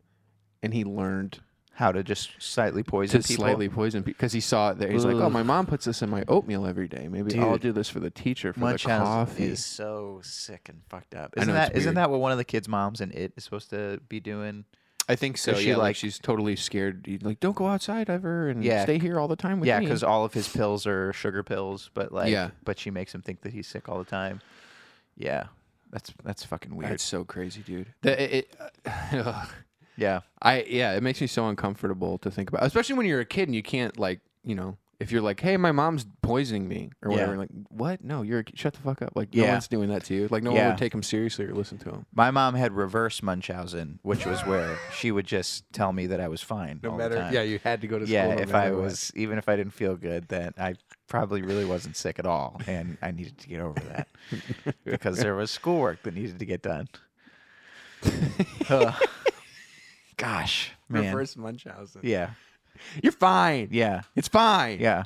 Speaker 1: and he learned
Speaker 2: How to just slightly poison
Speaker 1: to
Speaker 2: people.
Speaker 1: slightly poison because he saw it there. He's like, "Oh,
Speaker 2: Ugh.
Speaker 1: my mom puts this in my oatmeal every day. Maybe I'll
Speaker 2: Dude.
Speaker 1: do this for the teacher for the
Speaker 2: Munchausen
Speaker 1: coffee."
Speaker 2: is so sick and fucked up.
Speaker 1: I
Speaker 2: Isn't
Speaker 1: know, it's
Speaker 2: that isn't
Speaker 1: weird.
Speaker 2: that what one of the kids' moms in it is supposed to be doing?
Speaker 1: I think so.
Speaker 2: 'Cause she,
Speaker 1: yeah, like,
Speaker 2: like-
Speaker 1: she's totally scared. You- Like, don't go outside ever, and
Speaker 2: Yeah,
Speaker 1: stay here all the time with
Speaker 2: yeah,
Speaker 1: me.
Speaker 2: because all of his pills are sugar pills, but like,
Speaker 1: Yeah.
Speaker 2: but she makes him think that he's sick all the time. Yeah, that's that's fucking weird.
Speaker 1: that's so crazy, dude. That- it- it- ugh.
Speaker 2: yeah,
Speaker 1: I yeah, it makes me so uncomfortable to think about, especially when you're a kid and you can't like you know. If you're like, hey, my mom's poisoning me or
Speaker 2: Yeah.
Speaker 1: whatever, like, what? No, you're a kid. shut the fuck up. Like, no
Speaker 2: Yeah.
Speaker 1: one's doing that to you. Like, no one
Speaker 2: Yeah.
Speaker 1: would take him seriously or listen to him.
Speaker 2: My mom had reverse Munchausen, which was where she would just tell me that I was fine. all the time.
Speaker 1: you had to go to
Speaker 2: yeah. If I was, even if I didn't feel good, then I probably really wasn't sick at all, and I needed to get over that because there was schoolwork that needed to get done. Ugh. gosh, man.
Speaker 1: Munchausen,
Speaker 2: Yeah,
Speaker 1: you're fine.
Speaker 2: yeah,
Speaker 1: It's fine.
Speaker 2: yeah,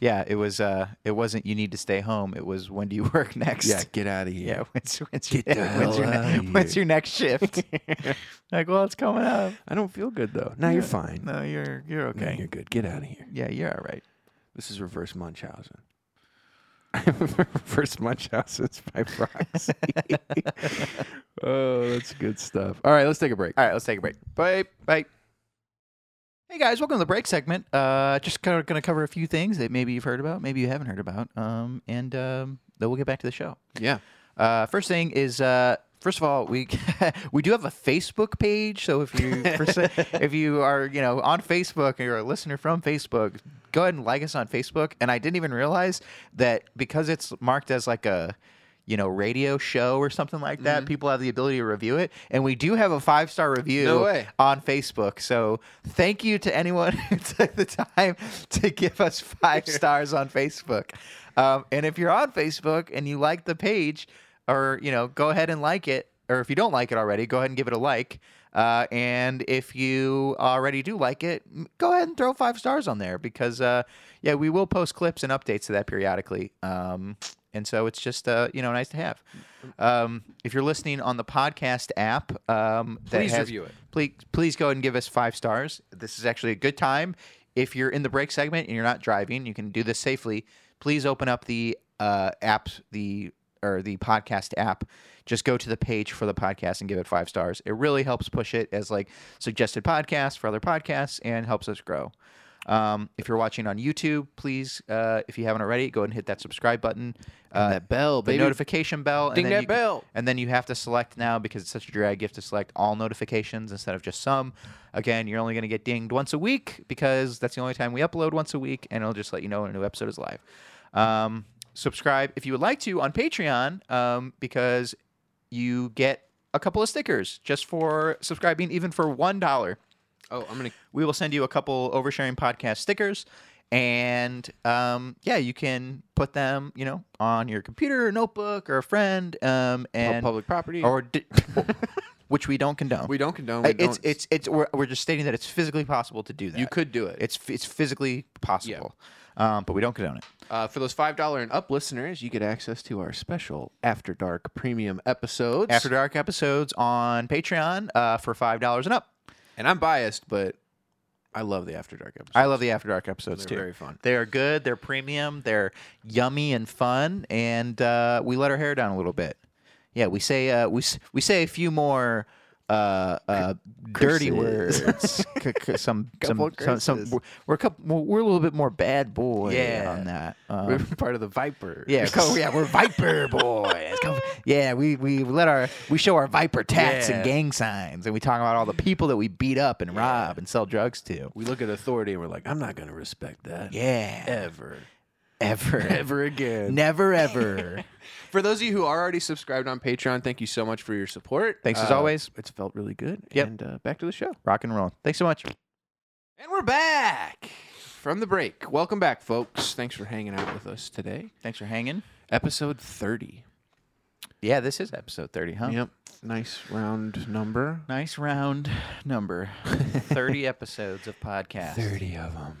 Speaker 2: yeah. It was. Uh, it wasn't. You need to stay home. It was. When do you work next?
Speaker 1: yeah. Get out of here.
Speaker 2: Yeah, when's, when's, your,
Speaker 1: Get the
Speaker 2: when's, your,
Speaker 1: hell
Speaker 2: ne-
Speaker 1: outta
Speaker 2: when's your next shift? like, well, it's coming up.
Speaker 1: I don't feel good though. No, you're fine.
Speaker 2: No, you're you're
Speaker 1: No,
Speaker 2: okay.
Speaker 1: you're good. Get out of here.
Speaker 2: yeah, you're all right.
Speaker 1: This is reverse Munchausen. reverse Munchausen's by proxy. oh, that's good stuff. All right, let's take a break.
Speaker 2: All right, let's take a break.
Speaker 1: Bye. Bye.
Speaker 2: Hey guys, welcome to the break segment. Uh, just kind of going to cover a few things that maybe you've heard about, maybe you haven't heard about, um, and um, then we'll get back to the show.
Speaker 1: Yeah.
Speaker 2: Uh, first thing is uh, First of all, we we do have a Facebook page, so if you for, se- if you are you know on Facebook and you're a listener from Facebook, go ahead and like us on Facebook. And I didn't even realize that because it's marked as like a you know radio show or something like that,
Speaker 1: Mm-hmm.
Speaker 2: people have the ability to review it. And we do have a five star review
Speaker 1: No way.
Speaker 2: on Facebook. So thank you to anyone who took the time to give us five stars on Facebook. Um, and if you're on Facebook and you like the page, or you know, go ahead and like it. Or if you don't like it already, go ahead and give it a like. Uh, and if you already do like it, m- go ahead and throw five stars on there because uh, yeah, we will post clips and updates to that periodically. Um, and so it's just uh, you know nice to have. Um, if you're listening on the podcast app, um, that
Speaker 1: Please
Speaker 2: has-
Speaker 1: review it.
Speaker 2: please please go ahead and give us five stars. This is actually a good time. If you're in the break segment and you're not driving, you can do this safely. Please open up the uh, app, the or the podcast app. Just go to the page for the podcast and give it five stars. It really helps push it as like suggested podcasts for other podcasts and helps us grow. Um, if you're watching on YouTube, please, uh, if you haven't already, go ahead and hit that subscribe button. Uh,
Speaker 1: that bell,
Speaker 2: the
Speaker 1: baby.
Speaker 2: notification bell.
Speaker 1: Ding
Speaker 2: and then
Speaker 1: that
Speaker 2: you,
Speaker 1: bell.
Speaker 2: And then you have to select now because it's such a drag. You have to select all notifications instead of just some. Again, you're only going to get dinged once a week because that's the only time we upload once a week, and it'll just let you know when a new episode is live. Um, subscribe if you would like to on Patreon um, because you get a couple of stickers just for subscribing, even for one dollar
Speaker 1: oh, I'm gonna.
Speaker 2: we will send you a couple oversharing podcast stickers and um, yeah you can put them you know on your computer or notebook or a friend um, and
Speaker 1: public property.
Speaker 2: or di- which we don't condone
Speaker 1: we don't condone.
Speaker 2: Uh,
Speaker 1: We
Speaker 2: it's
Speaker 1: don't-
Speaker 2: it's it's we're, we're just stating that it's physically possible to do that
Speaker 1: you could do it.
Speaker 2: it's f- it's physically possible um, but we don't condone it
Speaker 1: Uh, for those five dollar and up listeners, you get access to our special After Dark premium episodes.
Speaker 2: after dark episodes on patreon uh, for five dollars and up
Speaker 1: and I'm biased, but I love the After Dark episodes.
Speaker 2: i love the after dark episodes
Speaker 1: They're
Speaker 2: too
Speaker 1: very fun.
Speaker 2: They are good. They're premium. They're yummy and fun. And uh, we let our hair down a little bit. Yeah, we say uh, we s- we say a few more uh, uh, dirty
Speaker 1: curses.
Speaker 2: words. C- c- some,
Speaker 1: Couple
Speaker 2: some, some some
Speaker 1: curses.
Speaker 2: we're- we're a couple, we're- we're a little bit more bad boy
Speaker 1: Yeah.
Speaker 2: on that. Um,
Speaker 1: We're part of the Viper.
Speaker 2: yeah, co- yeah, we're Viper boys. Come- yeah, we, we let our we show our Viper tats
Speaker 1: Yeah.
Speaker 2: and gang signs, and we talk about all the people that we beat up and rob and sell drugs to.
Speaker 1: We look at authority and we're like, I'm not gonna respect that.
Speaker 2: Yeah,
Speaker 1: Ever.
Speaker 2: ever,
Speaker 1: Ever again.
Speaker 2: never, ever.
Speaker 1: For those of you who are already subscribed on Patreon, thank you so much for your support.
Speaker 2: Thanks as
Speaker 1: Uh,
Speaker 2: always.
Speaker 1: It's felt really good.
Speaker 2: Yep.
Speaker 1: And uh, back to the show.
Speaker 2: Rock and roll. Thanks so much.
Speaker 1: And we're back from the break. Welcome back, folks. Thanks for hanging out with us today.
Speaker 2: Thanks for hanging.
Speaker 1: Episode 30.
Speaker 2: Yeah, this is episode 30, huh?
Speaker 1: Yep. Nice round number.
Speaker 2: Nice round number. 30 episodes of podcast.
Speaker 1: of them.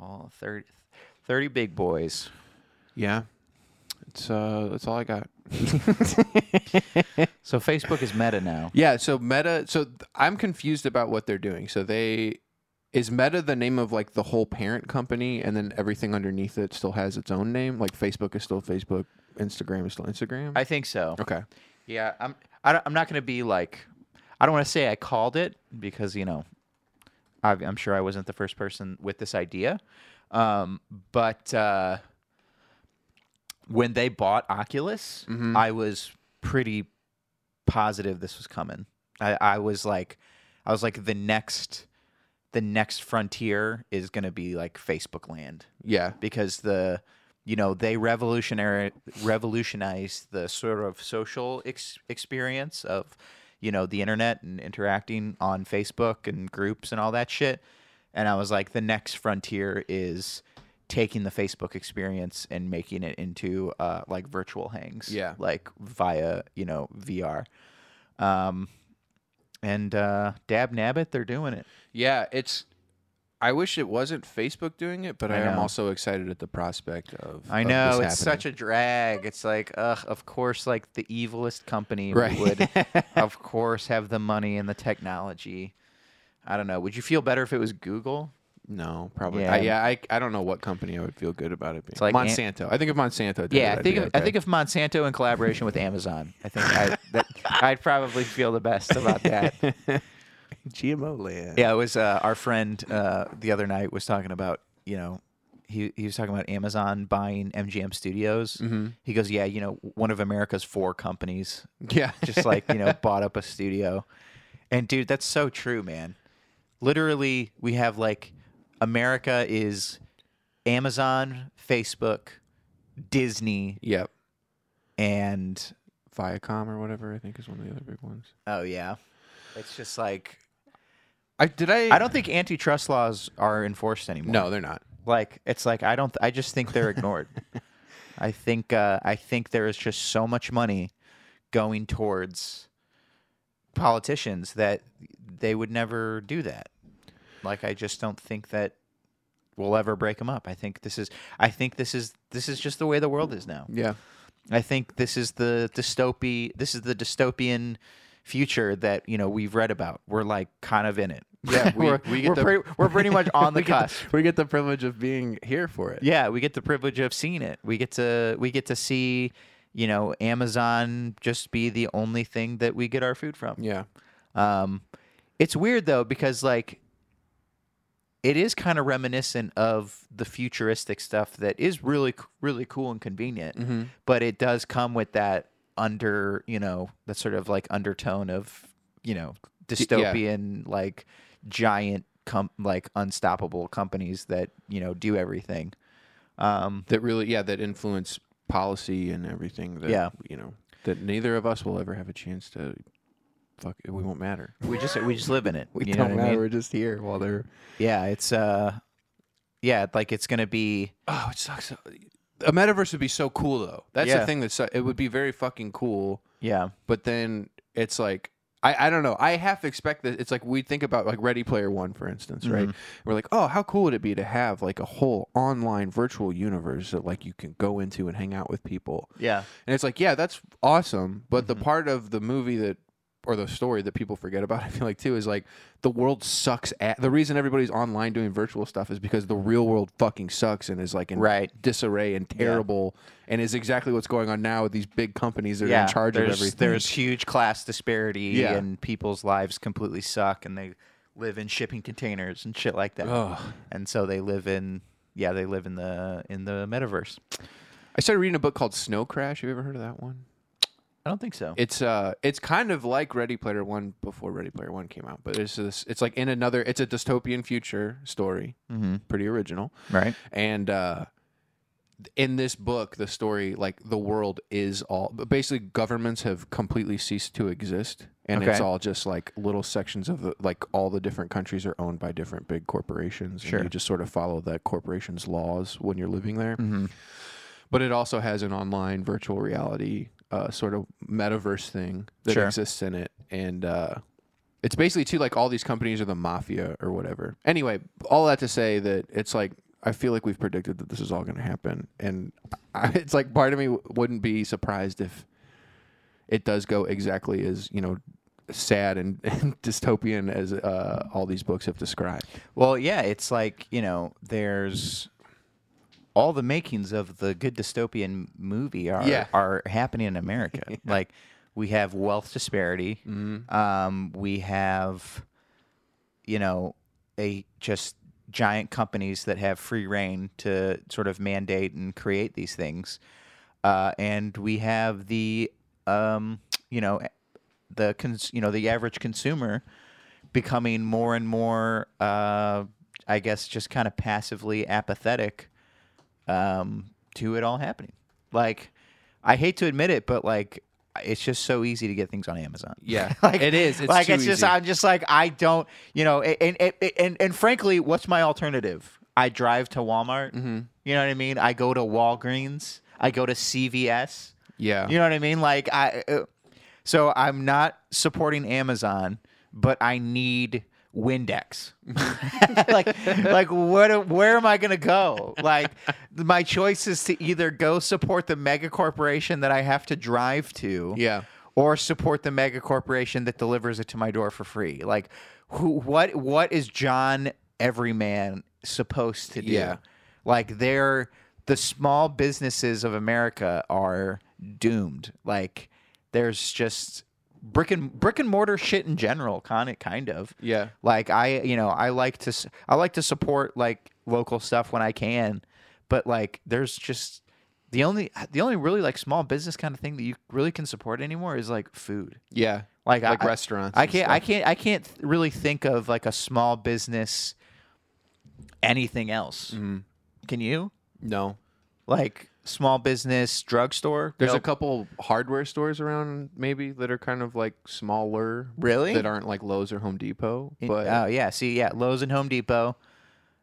Speaker 2: All 30, 30 big boys.
Speaker 1: Yeah. It's uh that's all I got.
Speaker 2: So Facebook is meta now.
Speaker 1: Yeah, so Meta so th- I'm confused about what they're doing. So they is Meta the name of like the whole parent company and then everything underneath it still has its own name? Like Facebook is still Facebook, Instagram is still Instagram?
Speaker 2: I think so.
Speaker 1: okay.
Speaker 2: Yeah, I'm I don't, I'm not going to be like I don't want to say I called it because, you know, i I'm sure I wasn't the first person with this idea. Um, but uh, when they bought Oculus, I was pretty positive this was coming. I, I was like, I was like, the next, the next frontier is going to be like Facebook land
Speaker 1: Yeah.
Speaker 2: because the you know they revolutionary revolutionized the sort of social ex- experience of you know the internet and interacting on Facebook and groups and all that shit and i was like the next frontier is taking the Facebook experience and making it into uh, like virtual hangs
Speaker 1: Yeah.
Speaker 2: like via you know VR um and uh dab nabbit they're doing it
Speaker 1: Yeah, it's I wish it wasn't Facebook doing it, but I,
Speaker 2: I
Speaker 1: am
Speaker 2: know.
Speaker 1: also excited at the prospect of
Speaker 2: I know it's such a drag. It's like, ugh, of course, like the evilest company
Speaker 1: Right.
Speaker 2: would, of course, have the money and the technology. I don't know. Would you feel better if it was Google?
Speaker 1: No, probably.
Speaker 2: Yeah.
Speaker 1: I, yeah, I, I don't know what company I would feel good about it being.
Speaker 2: like Ant-
Speaker 1: Monsanto. I think if Monsanto did
Speaker 2: Yeah,
Speaker 1: it,
Speaker 2: I
Speaker 1: I'd
Speaker 2: think
Speaker 1: be
Speaker 2: if, I
Speaker 1: okay.
Speaker 2: think if Monsanto in collaboration with Amazon, I think I, that, I'd probably feel the best about that.
Speaker 1: GMO land.
Speaker 2: Yeah, it was uh, our friend uh, the other night was talking about you know he he was talking about Amazon buying MGM Studios.
Speaker 1: Mhm.
Speaker 2: He goes, yeah, you know, one of America's four companies
Speaker 1: Yeah.
Speaker 2: just like you know bought up a studio and dude that's so true man literally we have like america is amazon facebook disney
Speaker 1: yep.
Speaker 2: and
Speaker 1: Viacom or whatever I think is one of the other big ones.
Speaker 2: oh yeah it's just like
Speaker 1: I did I
Speaker 2: i don't think antitrust laws are enforced anymore
Speaker 1: No, they're not.
Speaker 2: like it's like i don't i just think they're ignored i think uh i think there is just so much money going towards politicians that they would never do that like i just don't think that we'll ever break them up i think this is i think this is this is just the way the world is now
Speaker 1: Yeah.
Speaker 2: I think this is the dystopy. This is the dystopian future that you know we've read about. We're like kind of in it.
Speaker 1: Yeah, we-
Speaker 2: we're,
Speaker 1: we get
Speaker 2: we're,
Speaker 1: the-
Speaker 2: pretty, we're pretty much on the
Speaker 1: we, get
Speaker 2: cusp.
Speaker 1: the, we get the privilege of being here for it.
Speaker 2: Yeah, we get the privilege of seeing it. We get to we get to see, you know, Amazon just be the only thing that we get our food from.
Speaker 1: Yeah.
Speaker 2: Um, it's weird though because like it is kind of reminiscent of the futuristic stuff that is really c- really cool and convenient,
Speaker 1: Mm-hmm.
Speaker 2: but it does come with that under, you know, that sort of like undertone of, you know,
Speaker 1: yeah.
Speaker 2: dystopian like giant com- like unstoppable companies that, you know, do everything. Um
Speaker 1: That really yeah, that influence policy and everything that
Speaker 2: Yeah.
Speaker 1: you know that neither of us will ever have a chance to fuck we won't matter.
Speaker 2: we just we just live in it.
Speaker 1: We
Speaker 2: you know
Speaker 1: don't
Speaker 2: what
Speaker 1: matter.
Speaker 2: I mean?
Speaker 1: We're just here while they're
Speaker 2: Yeah, it's uh yeah, like it's gonna be
Speaker 1: Oh, it sucks. A metaverse would be so cool though. That's the
Speaker 2: Yeah.
Speaker 1: thing that's it would be very fucking cool,
Speaker 2: yeah.
Speaker 1: but then it's like I, I don't know. I half expect that it's like we think about like Ready Player One, for instance, right?
Speaker 2: Mm-hmm.
Speaker 1: We're like, oh, how cool would it be to have like a whole online virtual universe that like you can go into and hang out with people?
Speaker 2: Yeah. Mm-hmm.
Speaker 1: And it's like, yeah, that's awesome. But the part of the movie that or the story that people forget about, I feel like too, is like the world sucks at the reason everybody's online doing virtual stuff is because the real world fucking sucks and is like in
Speaker 2: Right.
Speaker 1: disarray and terrible and is exactly what's going on now with these big companies that are
Speaker 2: yeah,
Speaker 1: in charge of
Speaker 2: there's,
Speaker 1: everything.
Speaker 2: There's huge class disparity,
Speaker 1: Yeah.
Speaker 2: and people's lives completely suck, and they live in shipping containers and shit like that.
Speaker 1: Ugh.
Speaker 2: And so they live in, yeah, they live in the in the metaverse.
Speaker 1: I started reading a book called Snow Crash. Have you ever heard of that one?
Speaker 2: I don't think so.
Speaker 1: It's uh, it's kind of like Ready Player One before Ready Player One came out, but it's this, it's like in another, it's a dystopian future story,
Speaker 2: mm-hmm.
Speaker 1: pretty original.
Speaker 2: Right.
Speaker 1: and uh in this book the story like the world is all but basically governments have completely ceased to exist and it's
Speaker 2: Okay.
Speaker 1: all just like little sections of the, like all the different countries are owned by different big corporations
Speaker 2: Sure.
Speaker 1: and you just sort of follow that corporation's laws when you're living there
Speaker 2: Mm-hmm.
Speaker 1: but it also has an online virtual reality uh, sort of metaverse thing that
Speaker 2: Sure.
Speaker 1: exists in it and uh, it's basically too like all these companies are the mafia or whatever anyway all that to say that it's like i feel like we've predicted that this is all going to happen and I, it's like part of me w- wouldn't be surprised if it does go exactly as you know sad and, and dystopian as uh, all these books have described
Speaker 2: Well, yeah, it's like you know, there's all the makings of the good dystopian movie are
Speaker 1: Yeah.
Speaker 2: are happening in America. Like we have wealth disparity. Um, we have, you know, a just giant companies that have free reign to sort of mandate and create these things, uh, and we have the um, you know the cons- you know the average consumer becoming more and more uh, I guess just kind of passively apathetic um, to it all happening. Like I hate to admit it, but like it's just so easy to get things on Amazon.
Speaker 1: Yeah.
Speaker 2: like
Speaker 1: It is. It's
Speaker 2: like
Speaker 1: too
Speaker 2: it's just
Speaker 1: easy.
Speaker 2: I'm just like I don't you know a- and and and, and frankly, what's my alternative? I drive to Walmart.
Speaker 1: Mm-hmm.
Speaker 2: You know what I mean? I go to Walgreens. I go to CVS.
Speaker 1: yeah
Speaker 2: You know what I mean? Like I, uh, so I'm not supporting Amazon, but I need Windex. like, like what? Where am I gonna go? Like, my choice is to either go support the mega corporation that I have to drive to,
Speaker 1: Yeah.
Speaker 2: or support the mega corporation that delivers it to my door for free. Like, who? What? What is John Everyman supposed to do?
Speaker 1: Yeah.
Speaker 2: Like they're the small businesses of America are doomed. Like there's just brick and brick and mortar shit in general, kind of, kind of.
Speaker 1: yeah
Speaker 2: Like I, you know, I like to s- I like to support like local stuff when I can, But like, there's just the only the only really like small business kind of thing that you really can support anymore is like food.
Speaker 1: Yeah.
Speaker 2: Like,
Speaker 1: Like
Speaker 2: I,
Speaker 1: restaurants.
Speaker 2: I
Speaker 1: and
Speaker 2: can't
Speaker 1: stuff.
Speaker 2: I can't I can't th- really think of like a small business anything else.
Speaker 1: Mm-hmm.
Speaker 2: Can you?
Speaker 1: No.
Speaker 2: Like small business drugstore?
Speaker 1: There's a
Speaker 2: Nope.
Speaker 1: couple hardware stores around maybe that are kind of like smaller.
Speaker 2: Really?
Speaker 1: That aren't like Lowe's or Home Depot. But
Speaker 2: oh yeah, see yeah, Lowe's and Home Depot.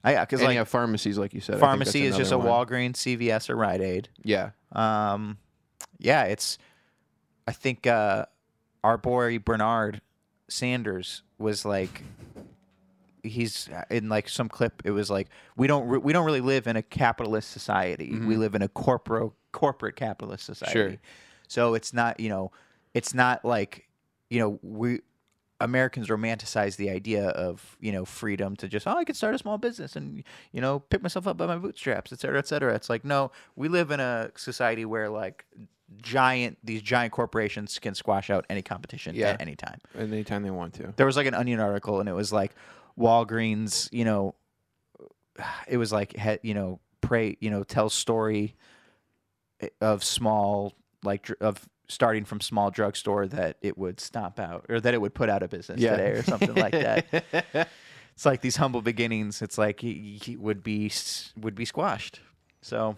Speaker 2: I yeah, cuz
Speaker 1: and
Speaker 2: like
Speaker 1: yeah, uh, pharmacies, like you said. I think that's
Speaker 2: pharmacy is just a
Speaker 1: another one.
Speaker 2: Walgreens, CVS or Rite Aid.
Speaker 1: Yeah.
Speaker 2: Um, yeah, it's. I think uh, our boy Bernard Sanders was like, he's uh, in like some clip. It was like we don't re- we don't really live in a capitalist society. We live in a corporate corporate capitalist society.
Speaker 1: Mm-hmm. Sure.
Speaker 2: So it's not you know, it's not like you know we. Americans romanticize the idea of you know freedom to just oh I could start a small business and you know pick myself up by my bootstraps et cetera et cetera. It's like no, we live in a society where like giant these giant corporations can squash out any competition
Speaker 1: Yeah.
Speaker 2: at any time.
Speaker 1: And anytime they want to.
Speaker 2: There was like an Onion article and it was like Walgreens, you know, it was like he- you know pray you know tell story eh, of small like dr- of starting from small drugstore that it would stomp out or that it would put out of business
Speaker 1: Yeah.
Speaker 2: today or something like that. It's like these humble beginnings. It's like he, he would be s- would be squashed. So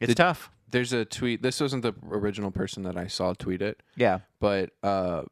Speaker 2: it's tough.
Speaker 1: There's a tweet. This wasn't the original person that I saw tweet it,
Speaker 2: Yeah.
Speaker 1: but uh,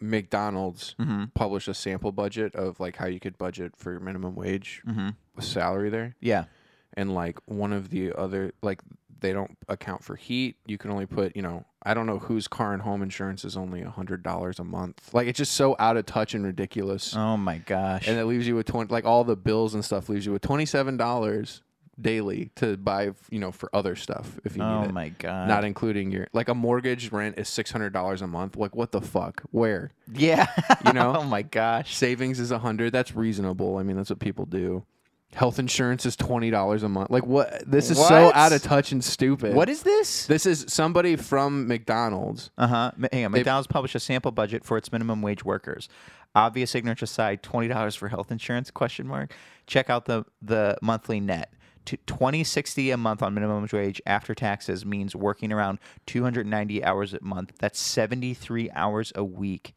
Speaker 1: McDonald's
Speaker 2: Mm-hmm.
Speaker 1: published a sample budget of like how you could budget for your minimum wage
Speaker 2: Mm-hmm.
Speaker 1: salary there.
Speaker 2: Yeah.
Speaker 1: and like one of the other like they don't account for heat you can only put you know i don't know whose car and home insurance is only a hundred dollars a month like it's just so out of touch and ridiculous
Speaker 2: Oh my gosh.
Speaker 1: and it leaves you with 20 like all the bills and stuff leaves you with 27 dollars daily to buy you know for other stuff if you
Speaker 2: oh
Speaker 1: need it
Speaker 2: my god.
Speaker 1: not including your like a mortgage rent is six hundred dollars a month. Like what the fuck? Where
Speaker 2: yeah.
Speaker 1: You know?
Speaker 2: oh my gosh.
Speaker 1: savings is a hundred? That's reasonable. I mean, that's what people do. Health insurance is twenty dollars a month. Like what? This is so
Speaker 2: What?
Speaker 1: out of touch and stupid.
Speaker 2: What is this?
Speaker 1: This is somebody from McDonald's.
Speaker 2: Uh huh. Hang on. McDonald's published a sample budget for its minimum wage workers. Obvious ignorance aside, twenty dollars for health insurance? Question mark. Check out the the monthly net. To twenty sixty a month on minimum wage after taxes means working around two hundred ninety hours a month. That's seventy three hours a week.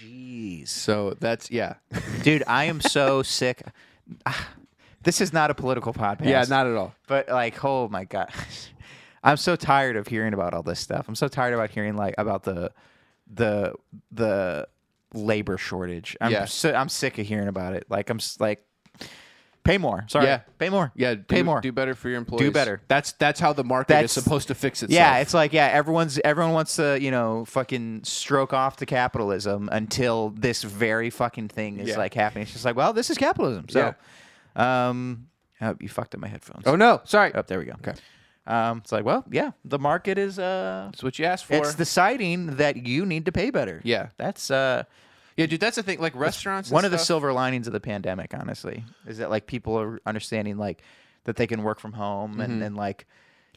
Speaker 2: Jeez,
Speaker 1: So that's yeah,
Speaker 2: dude, I am so sick. Ah, This is not a political podcast.
Speaker 1: yeah, not at all.
Speaker 2: But like, oh my gosh, I'm so tired of hearing about all this stuff. I'm so tired about hearing like about the the the labor shortage. I'm
Speaker 1: Yeah.
Speaker 2: so, I'm sick of hearing about it. Like I'm s- like, pay more. Sorry,
Speaker 1: Yeah.
Speaker 2: pay more.
Speaker 1: Yeah, do,
Speaker 2: pay more.
Speaker 1: Do better for your employees.
Speaker 2: better.
Speaker 1: That's that's how the market
Speaker 2: That's-
Speaker 1: is supposed to fix itself.
Speaker 2: yeah, it's like yeah, everyone's everyone wants to you know fucking stroke off to capitalism until this very fucking thing is
Speaker 1: Yeah.
Speaker 2: like happening. It's just like well, this is capitalism. So, um, oh, you fucked up my headphones.
Speaker 1: oh no, sorry.
Speaker 2: Oh, there we go.
Speaker 1: Okay.
Speaker 2: Um, it's like, well, yeah, the market is uh,
Speaker 1: That's what you asked for.
Speaker 2: it's deciding that you need to pay better.
Speaker 1: Yeah.
Speaker 2: that's uh,
Speaker 1: yeah, dude, that's the thing. Like restaurants. and
Speaker 2: one of the
Speaker 1: stuff-
Speaker 2: silver linings of the pandemic, honestly, is that like people are understanding like that they can work from home and then like,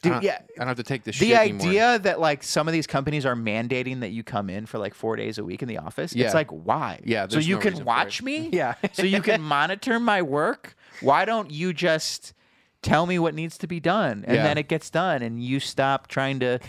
Speaker 2: dude,
Speaker 1: I don't-
Speaker 2: Mm-hmm. yeah.
Speaker 1: I don't have to take this.
Speaker 2: The
Speaker 1: shit anymore.
Speaker 2: idea that like some of these companies are mandating that you come in for like four days a week in the office,
Speaker 1: Yeah.
Speaker 2: it's like why?
Speaker 1: Yeah,
Speaker 2: so
Speaker 1: there's
Speaker 2: you
Speaker 1: no
Speaker 2: can
Speaker 1: reason for it.
Speaker 2: watch me.
Speaker 1: Yeah.
Speaker 2: so you can monitor my work. Why don't you just tell me what needs to be done, and
Speaker 1: Yeah.
Speaker 2: then it gets done, and you stop trying to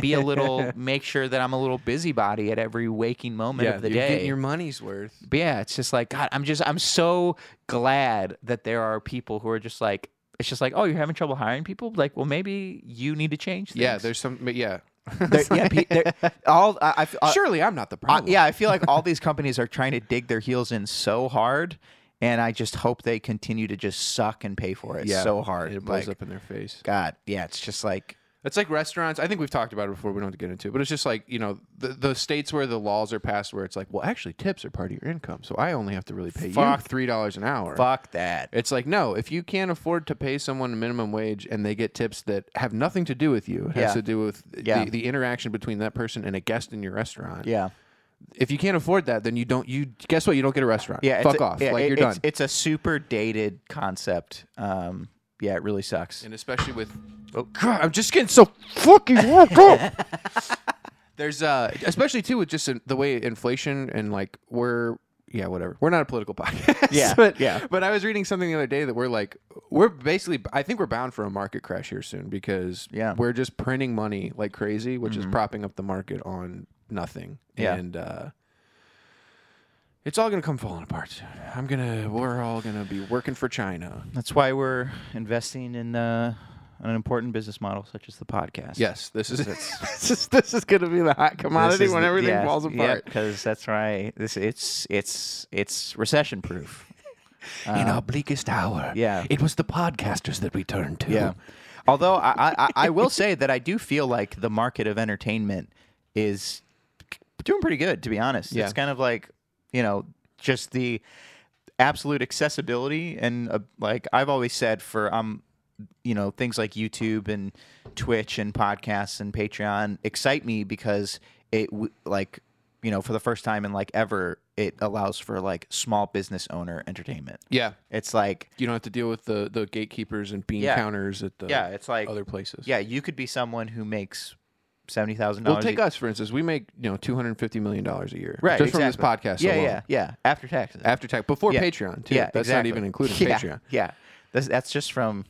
Speaker 2: be a little, make sure that I'm a little busybody at every waking moment
Speaker 1: Yeah,
Speaker 2: of the
Speaker 1: you're
Speaker 2: day.
Speaker 1: getting your money's worth.
Speaker 2: But yeah, it's just like God. I'm just I'm so glad that there are people who are just like it's just like oh you're having trouble hiring people like well maybe you need to change things.
Speaker 1: Yeah, there's some. but Yeah,
Speaker 2: They're- yeah, pe- they're- all I, I f- I-
Speaker 1: surely I'm not the
Speaker 2: I-
Speaker 1: problem.
Speaker 2: yeah, I feel like all these companies are trying to dig their heels in so hard, and I just hope they continue to just suck and pay for it
Speaker 1: Yeah,
Speaker 2: so hard.
Speaker 1: It blows
Speaker 2: Like,
Speaker 1: up in their face.
Speaker 2: God, yeah, it's just like
Speaker 1: It's like restaurants. I think we've talked about it before. We don't have to get into it, but it's just like you know the, the states where the laws are passed, where it's like, well, actually, tips are part of your income, so I only have to really pay
Speaker 2: Fuck.
Speaker 1: you three dollars an hour.
Speaker 2: fuck that.
Speaker 1: It's like no, if you can't afford to pay someone a minimum wage and they get tips that have nothing to do with you, it has
Speaker 2: Yeah.
Speaker 1: to do with
Speaker 2: Yeah.
Speaker 1: the, the interaction between that person and a guest in your restaurant.
Speaker 2: Yeah,
Speaker 1: If you can't afford that, then you don't. You guess what? You don't get a restaurant.
Speaker 2: yeah, it's
Speaker 1: fuck
Speaker 2: a-
Speaker 1: off.
Speaker 2: yeah,
Speaker 1: like
Speaker 2: it-
Speaker 1: you're done.
Speaker 2: it's, It's a super dated concept. Um, yeah, it really sucks.
Speaker 1: and especially with oh god i'm just getting so fucking worked up there's uh especially too with just in, the way inflation and like where yeah, whatever. We're not a political podcast.
Speaker 2: Yeah,
Speaker 1: but
Speaker 2: yeah.
Speaker 1: But I was reading something the other day that we're like, we're basically, I think we're bound for a market crash here soon because
Speaker 2: Yeah.
Speaker 1: we're just printing money like crazy, which is propping up the market on nothing.
Speaker 2: Yeah.
Speaker 1: And uh, it's all gonna come falling apart soon. I'm gonna, we're all gonna be working for China.
Speaker 2: That's why we're investing in uh, an important business model such as the podcast.
Speaker 1: Yes, this is this is this is gonna be the hot commodity when everything falls apart.
Speaker 2: Because that's right. This it's it's it's recession proof.
Speaker 1: In our bleakest hour,
Speaker 2: yeah.
Speaker 1: it was the podcasters that we turned to.
Speaker 2: Yeah. Although I, I, I- I will say that I do feel like the market of entertainment is doing pretty good, to be honest.
Speaker 1: Yeah.
Speaker 2: It's kind of like, you know, just the absolute accessibility. And uh, like I've always said for, um, you know, things like YouTube and Twitch and podcasts and Patreon excite me because it, w- like, you know, for the first time in like ever, it allows for like small business owner entertainment.
Speaker 1: yeah.
Speaker 2: It's like,
Speaker 1: You don't have to deal with the the gatekeepers and bean
Speaker 2: Yeah.
Speaker 1: counters at the
Speaker 2: yeah, it's like,
Speaker 1: other places.
Speaker 2: Yeah, you could be someone who makes seventy thousand
Speaker 1: Well,
Speaker 2: dollars.
Speaker 1: take us for instance. We make you know two hundred fifty million dollars a year,
Speaker 2: right
Speaker 1: Just
Speaker 2: exactly.
Speaker 1: from this podcast.
Speaker 2: Yeah,
Speaker 1: alone.
Speaker 2: yeah, yeah. After taxes.
Speaker 1: After tax, before
Speaker 2: Yeah.
Speaker 1: Patreon too.
Speaker 2: yeah,
Speaker 1: that's not
Speaker 2: exactly.
Speaker 1: even including
Speaker 2: yeah,
Speaker 1: Patreon.
Speaker 2: Yeah, that's, that's just from.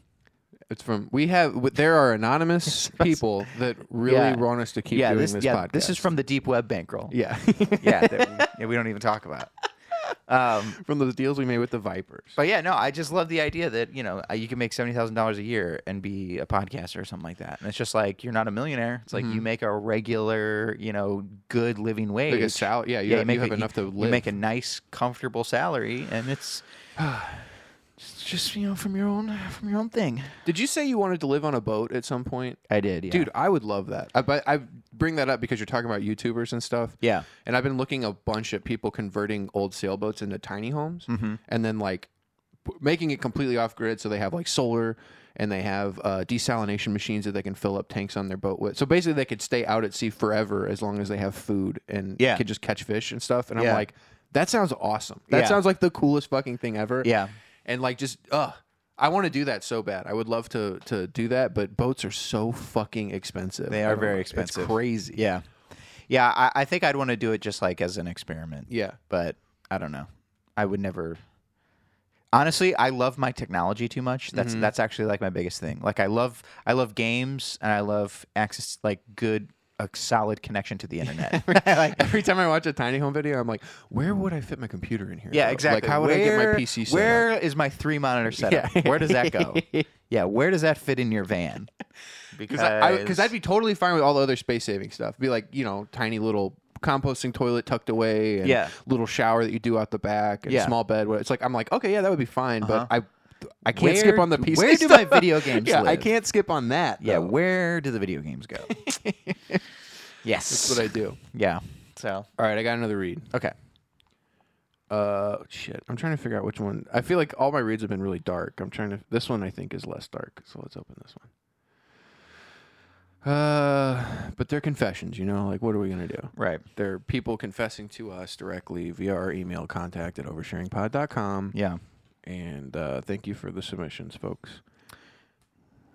Speaker 1: It's from we have. w- There are anonymous people that really
Speaker 2: Yeah.
Speaker 1: want us to keep
Speaker 2: yeah,
Speaker 1: doing
Speaker 2: this,
Speaker 1: this
Speaker 2: yeah,
Speaker 1: podcast.
Speaker 2: this is from the deep web bankroll.
Speaker 1: yeah,
Speaker 2: yeah, that, yeah, we don't even talk about. Um,
Speaker 1: from those deals we made with the Vipers.
Speaker 2: but yeah, no, I just love the idea that you know uh, you can make seventy thousand dollars a year and be a podcaster or something like that. And it's just like you're not a millionaire. It's like you make a regular, you know, good living wage.
Speaker 1: Mm-hmm. Like a sal- yeah, you have- you
Speaker 2: make
Speaker 1: have
Speaker 2: a,
Speaker 1: enough to
Speaker 2: You make
Speaker 1: live.
Speaker 2: a nice, comfortable salary, and it's it's just you know from your own from your own thing.
Speaker 1: Did you say you wanted to live on a boat at some point?
Speaker 2: I did, yeah.
Speaker 1: Dude, I would love that. I, but I bring that up because you're talking about YouTubers and stuff.
Speaker 2: Yeah.
Speaker 1: And I've been looking a bunch at people converting old sailboats into tiny homes
Speaker 2: Mm-hmm.
Speaker 1: and then like p- making it completely off grid so they have like solar and they have uh, desalination machines that they can fill up tanks on their boat with. So basically they could stay out at sea forever as long as they have food and
Speaker 2: Yeah.
Speaker 1: could just catch fish and stuff. And
Speaker 2: Yeah.
Speaker 1: I'm like, that sounds awesome. That
Speaker 2: Yeah.
Speaker 1: sounds like the coolest fucking thing ever.
Speaker 2: Yeah.
Speaker 1: And like just ugh. I want to do that so bad. I would love to to do that, but boats are so fucking expensive.
Speaker 2: They
Speaker 1: I
Speaker 2: are
Speaker 1: don't
Speaker 2: very
Speaker 1: know.
Speaker 2: expensive.
Speaker 1: It's crazy.
Speaker 2: Yeah, yeah. I, I think I'd want to do it just like as an experiment.
Speaker 1: Yeah.
Speaker 2: but I don't know. I would never. Honestly, I love my technology too much. That's that's actually like my biggest thing. Like I love I love games and I love access like good a solid connection to the internet. like
Speaker 1: Every time I watch a tiny home video, I'm like, where would I fit my computer in here?
Speaker 2: yeah,
Speaker 1: though?
Speaker 2: exactly.
Speaker 1: Like, how would I get
Speaker 2: Where-
Speaker 1: my PC set up?
Speaker 2: Where is my three monitor setup?
Speaker 1: Yeah.
Speaker 2: Where does that go? yeah, where does that fit in your van? Because
Speaker 1: Because I'd be totally fine with all the other space saving stuff. Be like, you know, tiny little composting toilet tucked away and
Speaker 2: Yeah.
Speaker 1: little shower that you do out the back and
Speaker 2: Yeah. Uh-huh.
Speaker 1: small bed. It's like, I'm like, okay, yeah, that would be fine, but I I can't
Speaker 2: Where
Speaker 1: skip on the
Speaker 2: do-
Speaker 1: PC
Speaker 2: where do my
Speaker 1: stuff.
Speaker 2: video games
Speaker 1: yeah, I
Speaker 2: live?
Speaker 1: can't skip on that.
Speaker 2: yeah,
Speaker 1: though.
Speaker 2: where do the video games go? yes.
Speaker 1: That's what I do.
Speaker 2: yeah. So
Speaker 1: All right, I got another read.
Speaker 2: okay.
Speaker 1: Uh, shit. I'm trying to figure out which one. I feel like all my reads have been really dark. I'm trying to. This one I think is less dark. So let's open this one. Uh, but they're confessions, you know. Like, what are we gonna do?
Speaker 2: Right.
Speaker 1: They're people confessing to us directly via our email contact at oversharingpod.com.
Speaker 2: Yeah.
Speaker 1: And uh, thank you for the submissions, folks.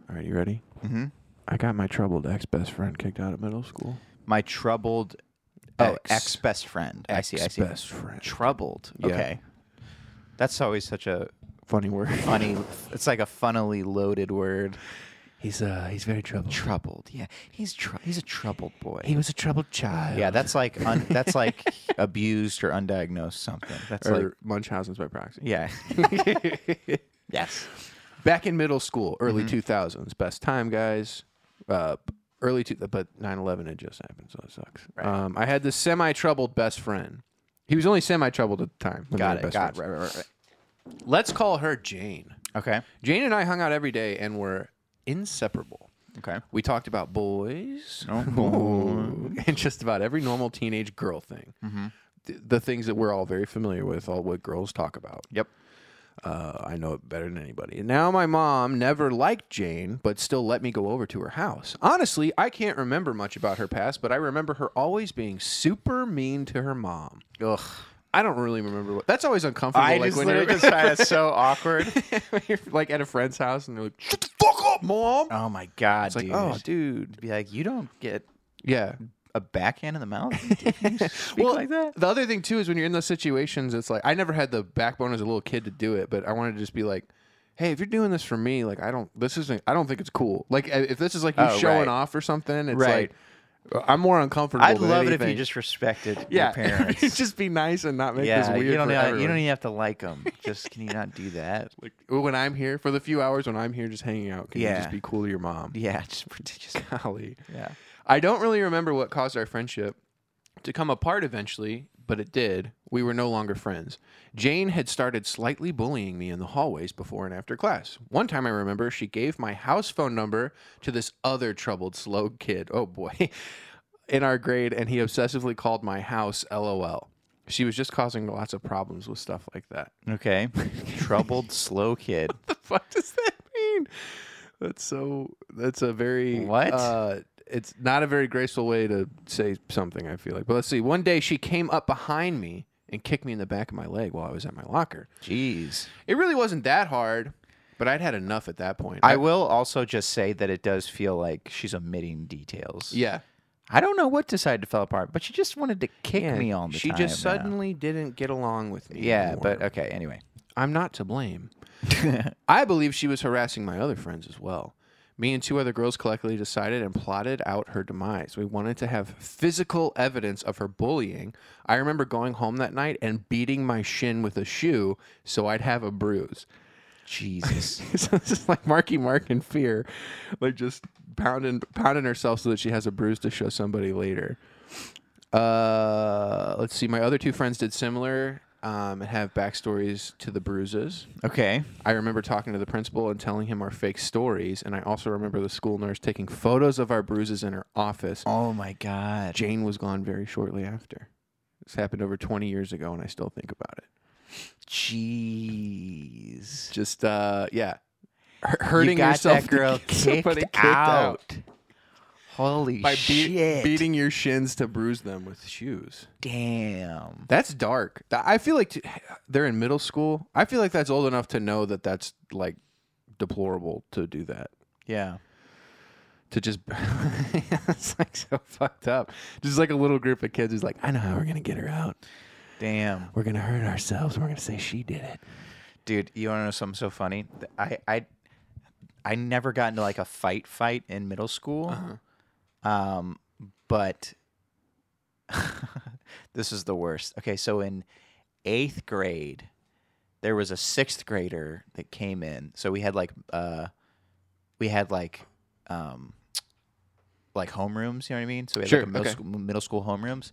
Speaker 1: All right, you ready?
Speaker 2: Mm-hmm.
Speaker 1: I got my troubled ex best friend kicked out of middle school.
Speaker 2: My troubled oh
Speaker 1: Ex.
Speaker 2: ex best friend. I see. I see.
Speaker 1: Best friend.
Speaker 2: Troubled.
Speaker 1: Yeah.
Speaker 2: Okay. That's always such a
Speaker 1: Funny word.
Speaker 2: funny. it's like a funnily loaded word.
Speaker 1: He's uh he's very troubled.
Speaker 2: Troubled. Yeah. He's tr- he's a troubled boy.
Speaker 1: was a troubled child.
Speaker 2: yeah. That's like un- that's like abused or undiagnosed something. That's
Speaker 1: or
Speaker 2: like
Speaker 1: Er, Munchausen's by proxy.
Speaker 2: yeah. yes.
Speaker 1: Back in middle school, early 2000s, best time, guys. Uh, early two, but 9/11 had just happened, so it sucks. Um, I had this semi-troubled best friend. He was only semi-troubled at the time. when they
Speaker 2: Got
Speaker 1: were
Speaker 2: it.
Speaker 1: best
Speaker 2: Got it.
Speaker 1: friends.
Speaker 2: Right. Right. Right. right.
Speaker 1: Let's call her Jane.
Speaker 2: Okay.
Speaker 1: Jane and I hung out every day and were inseparable.
Speaker 2: Okay.
Speaker 1: We talked about boys
Speaker 2: Oh,
Speaker 1: Ooh. and just about every normal teenage girl thing. Th- The things that we're all very familiar with, all what girls talk about.
Speaker 2: Yep.
Speaker 1: Uh, I know it better than anybody. And now my mom never liked Jane, but still let me go over to her house. Honestly, I can't remember much about her past, but I remember her always being super mean to her mom.
Speaker 2: Ugh.
Speaker 1: I don't really remember what. That's always uncomfortable. like when you're
Speaker 2: find it so awkward.
Speaker 1: when you're, like at a friend's house and they're like, "Shut the fuck up, mom."
Speaker 2: Oh my god,
Speaker 1: it's like,
Speaker 2: dude.
Speaker 1: oh, dude,
Speaker 2: be like, you don't get
Speaker 1: yeah.
Speaker 2: a backhand in the mouth? Did you speak like that?
Speaker 1: The other thing too is when you're in those situations, it's like I never had the backbone as a little kid to do it, but I wanted to just be like, "Hey, if you're doing this for me, like I don't, this isn't, I don't think it's cool. Like uh, if this is like you
Speaker 2: Oh,
Speaker 1: showing
Speaker 2: right.
Speaker 1: off or something, it's
Speaker 2: Right.
Speaker 1: like I'm more uncomfortable.
Speaker 2: I'd
Speaker 1: than
Speaker 2: love it if you
Speaker 1: anything.
Speaker 2: just respected
Speaker 1: yeah,
Speaker 2: your parents.
Speaker 1: just be nice and not make this
Speaker 2: yeah,
Speaker 1: weird.
Speaker 2: you don't even,
Speaker 1: for
Speaker 2: you
Speaker 1: everyone.
Speaker 2: don't e even have to like them. Just can you not do that?
Speaker 1: like when I'm here for the few hours when I'm here, just hanging out. Can you
Speaker 2: Yeah.
Speaker 1: just be cool to your mom?
Speaker 2: Yeah, just prodigious.
Speaker 1: Golly.
Speaker 2: Yeah.
Speaker 1: I don't really remember what caused our friendship to come apart eventually, but it did. We were no longer friends. Jane had started slightly bullying me in the hallways before and after class. One time I remember she gave my house phone number to this other troubled slow kid. Oh boy. In our grade, and he obsessively called my house LOL. She was just causing lots of problems with stuff like that.
Speaker 2: Okay. Troubled slow kid.
Speaker 1: the fuck does that mean? That's so. That's a very
Speaker 2: What?
Speaker 1: Uh, it's not a very graceful way to say something. I feel like. But let's see. One day she came up behind me and kicked me in the back of my leg while I was at my locker.
Speaker 2: Jeez.
Speaker 1: It really wasn't that hard, but I'd had enough at that point.
Speaker 2: I will also just say that it does feel like she's omitting details.
Speaker 1: yeah.
Speaker 2: I don't know what decided to fall apart, but she just wanted to kick me all the
Speaker 1: she
Speaker 2: time.
Speaker 1: just
Speaker 2: you know?
Speaker 1: suddenly didn't get along with me.
Speaker 2: Yeah,
Speaker 1: anymore.
Speaker 2: but okay. Anyway.
Speaker 1: I'm not to blame. I believe she was harassing my other friends as well. Me and two other girls collectively decided and plotted out her demise. We wanted to have physical evidence of her bullying. I remember going home that night and beating my shin with a shoe so I'd have a bruise.
Speaker 2: Jesus.
Speaker 1: so this is like Marky Mark in fear, like just pounding pounding herself so that she has a bruise to show somebody later. Uh, let's see. My other two friends did similar um, and have backstories to the bruises.
Speaker 2: Okay.
Speaker 1: I remember talking to the principal and telling him our fake stories, and I also remember the school nurse taking photos of our bruises in her office.
Speaker 2: Oh my God.
Speaker 1: Jane was gone very shortly after. This happened over 20 years ago, and I still think about it.
Speaker 2: Jeez.
Speaker 1: Just, uh, yeah, H- hurting
Speaker 2: you got
Speaker 1: yourself.
Speaker 2: that
Speaker 1: to
Speaker 2: girl
Speaker 1: get
Speaker 2: kicked,
Speaker 1: somebody
Speaker 2: out. Holy
Speaker 1: by be-
Speaker 2: shit!
Speaker 1: beating your shins to bruise them with shoes.
Speaker 2: Damn.
Speaker 1: That's dark. Th- I feel like t- they're in middle school. I feel like that's old enough to know that that's like deplorable to do that.
Speaker 2: Yeah.
Speaker 1: to just it's like so fucked up. Just like a little group of kids who's like, I know how we're gonna get her out.
Speaker 2: Damn.
Speaker 1: We're gonna hurt ourselves. We're gonna say she did it.
Speaker 2: Dude, you want to know something so funny? Th- I I I never got into like a fight fight in middle school.
Speaker 1: Uh-huh.
Speaker 2: Um, but this is the worst. Okay, so in eighth grade, there was a sixth grader that came in. So we had like uh, we had like um, like homerooms. You know what I mean? So we had
Speaker 1: Sure,
Speaker 2: like a middle,
Speaker 1: okay.
Speaker 2: school, middle school homerooms,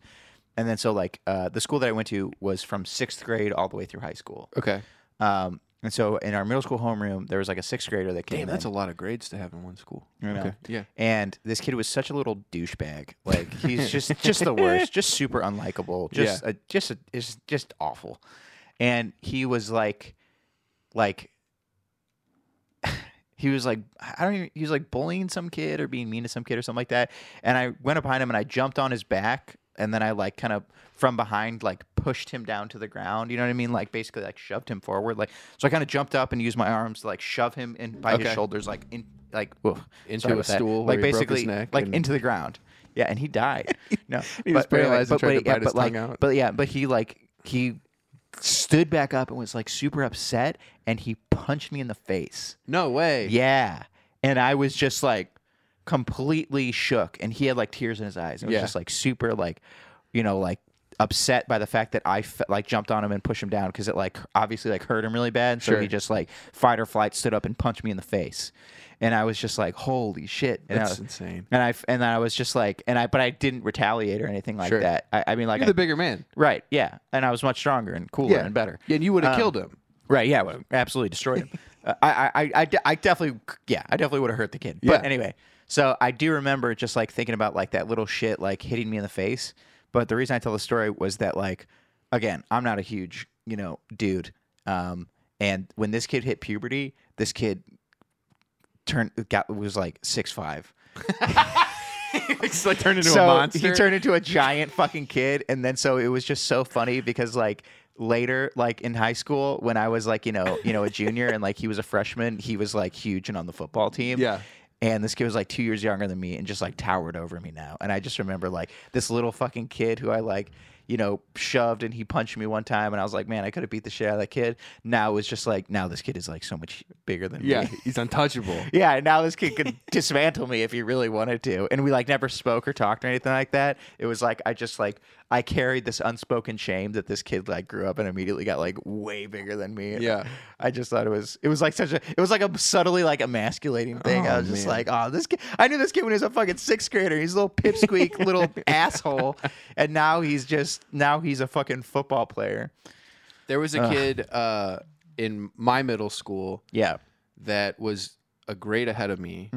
Speaker 2: and then so like uh, the school that I went to was from sixth grade all the way through high school.
Speaker 1: Okay.
Speaker 2: Um, and so in our middle school homeroom, there was like a sixth grader that came
Speaker 1: Damn,
Speaker 2: in.
Speaker 1: that's a lot of grades to have in one school.
Speaker 2: I know.
Speaker 1: Okay. Yeah.
Speaker 2: And this kid was such a little douchebag. Like he's just just the worst, just super unlikable, just a, just a, is just awful. And he was like, like he was like I don't even he was like bullying some kid or being mean to some kid or something like that. And I went up behind him and I jumped on his back and then I like kind of from behind like pushed him down to the ground. You know what I mean? Like basically like shoved him forward. Like so I kind of jumped up and used my arms to like shove him in by his
Speaker 1: Okay.
Speaker 2: shoulders like in like woof,
Speaker 1: Into
Speaker 2: sorry
Speaker 1: a
Speaker 2: about that.
Speaker 1: stool where
Speaker 2: Like
Speaker 1: he broke his
Speaker 2: basically
Speaker 1: neck
Speaker 2: like
Speaker 1: and-
Speaker 2: into the ground. Yeah, and he died. No.
Speaker 1: He was
Speaker 2: but- but anyway,
Speaker 1: paralyzed and
Speaker 2: but
Speaker 1: tried to
Speaker 2: wait, yeah,
Speaker 1: bite his
Speaker 2: but, like,
Speaker 1: tongue out.
Speaker 2: But yeah, but he like he stood back up and was like super upset and he punched me in the face.
Speaker 1: No way.
Speaker 2: Yeah. And I was just like completely shook. And he had like tears in his eyes. And was
Speaker 1: Yeah.
Speaker 2: just like super like, you know, like upset by the fact that I fe- like jumped on him and pushed him down because it like obviously like hurt him really bad. And So
Speaker 1: Sure.
Speaker 2: he just like fight or flight stood up and punched me in the face. And I was just like, holy shit. And I
Speaker 1: That's
Speaker 2: was-
Speaker 1: insane.
Speaker 2: And I f- and then I was just like, and I but I didn't retaliate or anything like
Speaker 1: Sure.
Speaker 2: that. I, I mean, like,
Speaker 1: You're
Speaker 2: I,
Speaker 1: the bigger man.
Speaker 2: right? Yeah, and I was much stronger and cooler and better.
Speaker 1: Yeah, and Um, you would have killed him.
Speaker 2: Right. Yeah. Well, absolutely destroyed him. uh, I, I, I- I, de- I definitely, yeah, I definitely would have hurt the kid. But
Speaker 1: Yeah.
Speaker 2: anyway, so I do remember just like thinking about like that little shit like hitting me in the face. But the reason I tell the story was that like, again, I'm not a huge, you know, dude. Um, and when this kid hit puberty, this kid turned got was like six five.
Speaker 1: It's like turned into
Speaker 2: so He turned into a giant fucking kid, and then so it was just so funny because like later, like in high school, when I was like you know you know a junior and like he was a freshman, he was like huge and on the football team.
Speaker 1: Yeah.
Speaker 2: And this kid was like two years younger than me and just like towered over me now. And I just remember like this little fucking kid who I like, you know, shoved and he punched me one time. And I was like, man, I could have beat the shit out of that kid. Now it's just like, now this kid is like so much bigger than
Speaker 1: Yeah,
Speaker 2: me.
Speaker 1: he's untouchable.
Speaker 2: Yeah, now this kid could dismantle me if he really wanted to. And we like never spoke or talked or anything like that. It was like I just like I carried this unspoken shame that this kid like grew up and immediately got like way bigger than me. And
Speaker 1: Yeah.
Speaker 2: I just thought it was it was like such a it was like a subtly like emasculating thing. I
Speaker 1: Oh,
Speaker 2: was just
Speaker 1: man.
Speaker 2: like, oh, this kid I knew this kid when he was a fucking sixth grader. He's a little pipsqueak little asshole. And now he's just now he's a fucking football player.
Speaker 1: There was a kid uh, in my middle school
Speaker 2: Yeah.
Speaker 1: that was a grade ahead of me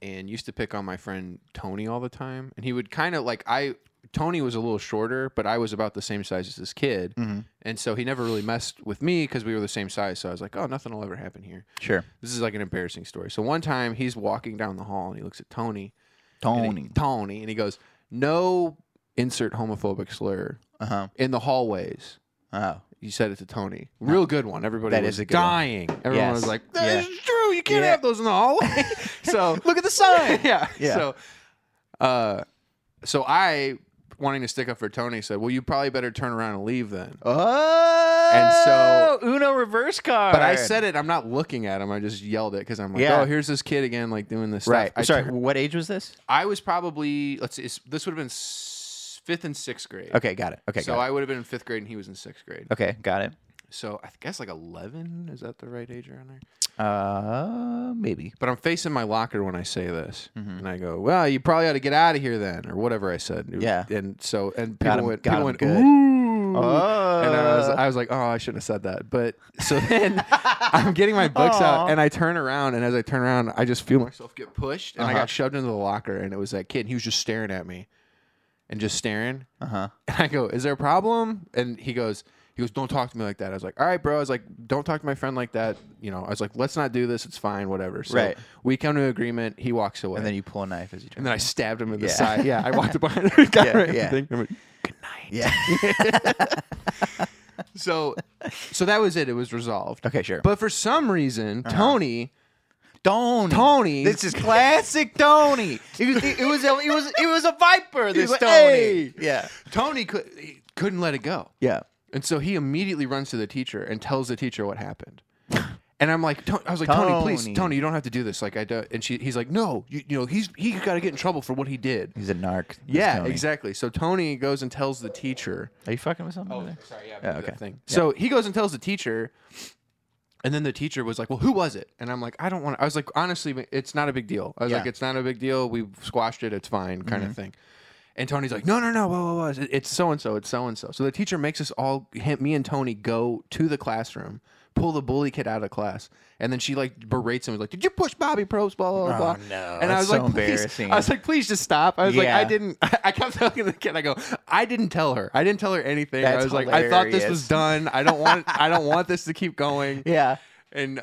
Speaker 1: and used to pick on my friend Tony all the time. And he would kind of like I Tony was a little shorter, but I was about the same size as this kid, and so he never really messed with me because we were the same size. So I was like, oh, nothing will ever happen here.
Speaker 2: Sure.
Speaker 1: This is like an embarrassing story. So one time he's walking down the hall and he looks at Tony, and he-
Speaker 2: Tony.
Speaker 1: Tony, and he goes, no, insert homophobic slur
Speaker 2: Uh-huh.
Speaker 1: in the hallways.
Speaker 2: Oh.
Speaker 1: You said it to Tony. Real good one. Everybody
Speaker 2: That
Speaker 1: was
Speaker 2: is a good one.
Speaker 1: dying. Everyone
Speaker 2: Yes.
Speaker 1: was like,
Speaker 2: Yeah.
Speaker 1: "That is true. You can't
Speaker 2: Yeah.
Speaker 1: have those in the hallway." so
Speaker 2: Look at the sign.
Speaker 1: yeah.
Speaker 2: Yeah.
Speaker 1: So, uh, so I wanting to stick up for Tony said, "Well, you probably better turn around and leave then."
Speaker 2: Oh,
Speaker 1: And
Speaker 2: Uno reverse card.
Speaker 1: But I said it. I'm not looking at him. I just yelled it because I'm like,
Speaker 2: Yeah.
Speaker 1: "Oh, here's this kid again, like doing this
Speaker 2: right.
Speaker 1: stuff." I
Speaker 2: Sorry,
Speaker 1: tur-
Speaker 2: what age was this?
Speaker 1: I was probably let's see. it's- This would have been s- fifth and sixth grade.
Speaker 2: Okay, got it. Okay,
Speaker 1: So
Speaker 2: got
Speaker 1: I would have been in fifth grade and he was in sixth grade.
Speaker 2: it. okay, got it.
Speaker 1: So I guess like 11 is that the right age around there?
Speaker 2: Uh, maybe.
Speaker 1: But I'm facing my locker when I say this,
Speaker 2: Mm-hmm.
Speaker 1: and I go, "Well, you probably ought to get out of here then," or whatever I said.
Speaker 2: Yeah.
Speaker 1: And so, and
Speaker 2: Got
Speaker 1: people
Speaker 2: him-
Speaker 1: went,
Speaker 2: got
Speaker 1: people
Speaker 2: him
Speaker 1: went,
Speaker 2: good.
Speaker 1: ooh.
Speaker 2: Oh.
Speaker 1: And I was, I was like, "Oh, I shouldn't have said that." But so then I'm getting my books out,
Speaker 2: Aw.
Speaker 1: and I turn around, and as I turn around, I just feel myself get pushed, and I
Speaker 2: Uh-huh.
Speaker 1: got shoved into the locker, and it was that kid. And he was just staring at me, and just staring.
Speaker 2: Uh huh.
Speaker 1: And I go, "Is there a problem?" And he goes, "He goes, don't talk to me like that." I was like, "All right, bro." I was like, "Don't talk to my friend like that." You know, I was like, "Let's not do this. It's fine, whatever." So
Speaker 2: Right.
Speaker 1: we come to an agreement. He walks away,
Speaker 2: And then you pull a knife as you turn.
Speaker 1: I side. him in the
Speaker 2: Yeah.
Speaker 1: side. Yeah, I walked up behind him, got
Speaker 2: Yeah, yeah.
Speaker 1: right in the thing. I'm like, Good night.
Speaker 2: yeah.
Speaker 1: So, so that was it. It was resolved.
Speaker 2: okay, sure.
Speaker 1: But for some reason, Tony,
Speaker 2: Tony.
Speaker 1: Tony,
Speaker 2: Uh-huh. This is classic Tony. It was, it was, a, it was, it was a viper. This
Speaker 1: like,
Speaker 2: Tony.
Speaker 1: "Hey!"
Speaker 2: Yeah.
Speaker 1: Tony could he couldn't let it go.
Speaker 2: Yeah.
Speaker 1: And so he immediately runs to the teacher and tells the teacher what happened. And I'm like, Ton- I was like, Tony, please,
Speaker 2: Tony.
Speaker 1: Tony, you don't have to do this. Like I do. And she, he's like, no, you, you know, he's he got to get in trouble for what he did.
Speaker 2: He's a narc. This
Speaker 1: Yeah,
Speaker 2: Tony.
Speaker 1: exactly. So Tony goes and tells the teacher.
Speaker 2: Are you fucking with something? over there?
Speaker 1: sorry, yeah,
Speaker 2: Yeah, okay.
Speaker 1: that thing. So he goes and tells the teacher, and then the teacher was like, "Well, who was it?" And I'm like, "I don't want." to. I was like, "Honestly, it's not a big deal." I was
Speaker 2: Yeah. Mm-hmm.
Speaker 1: like, "It's not a big deal. We've squashed it. It's fine," kind of thing. And Tony's like, "No, no, no, whoa, whoa, whoa. It's- It's so and so. It's so and so." So the teacher makes us all, him, me and Tony, go to the classroom. Pull the bully kid out of class, and then she like berates him. Was like, "Did you push Bobby Probes?" Blah blah blah.
Speaker 2: Oh,
Speaker 1: blah."
Speaker 2: no,
Speaker 1: and I
Speaker 2: that's
Speaker 1: was
Speaker 2: so
Speaker 1: like, "Please,"
Speaker 2: embarrassing.
Speaker 1: I was like, "Please just stop." I was like, "I
Speaker 2: Yeah.
Speaker 1: didn't." I kept talking to the kid. I go, "I didn't tell her. I didn't tell her anything." I
Speaker 2: That's
Speaker 1: was like, "I thought this
Speaker 2: hilarious.
Speaker 1: was done. I don't want. I don't want this to keep going."
Speaker 2: Yeah.
Speaker 1: And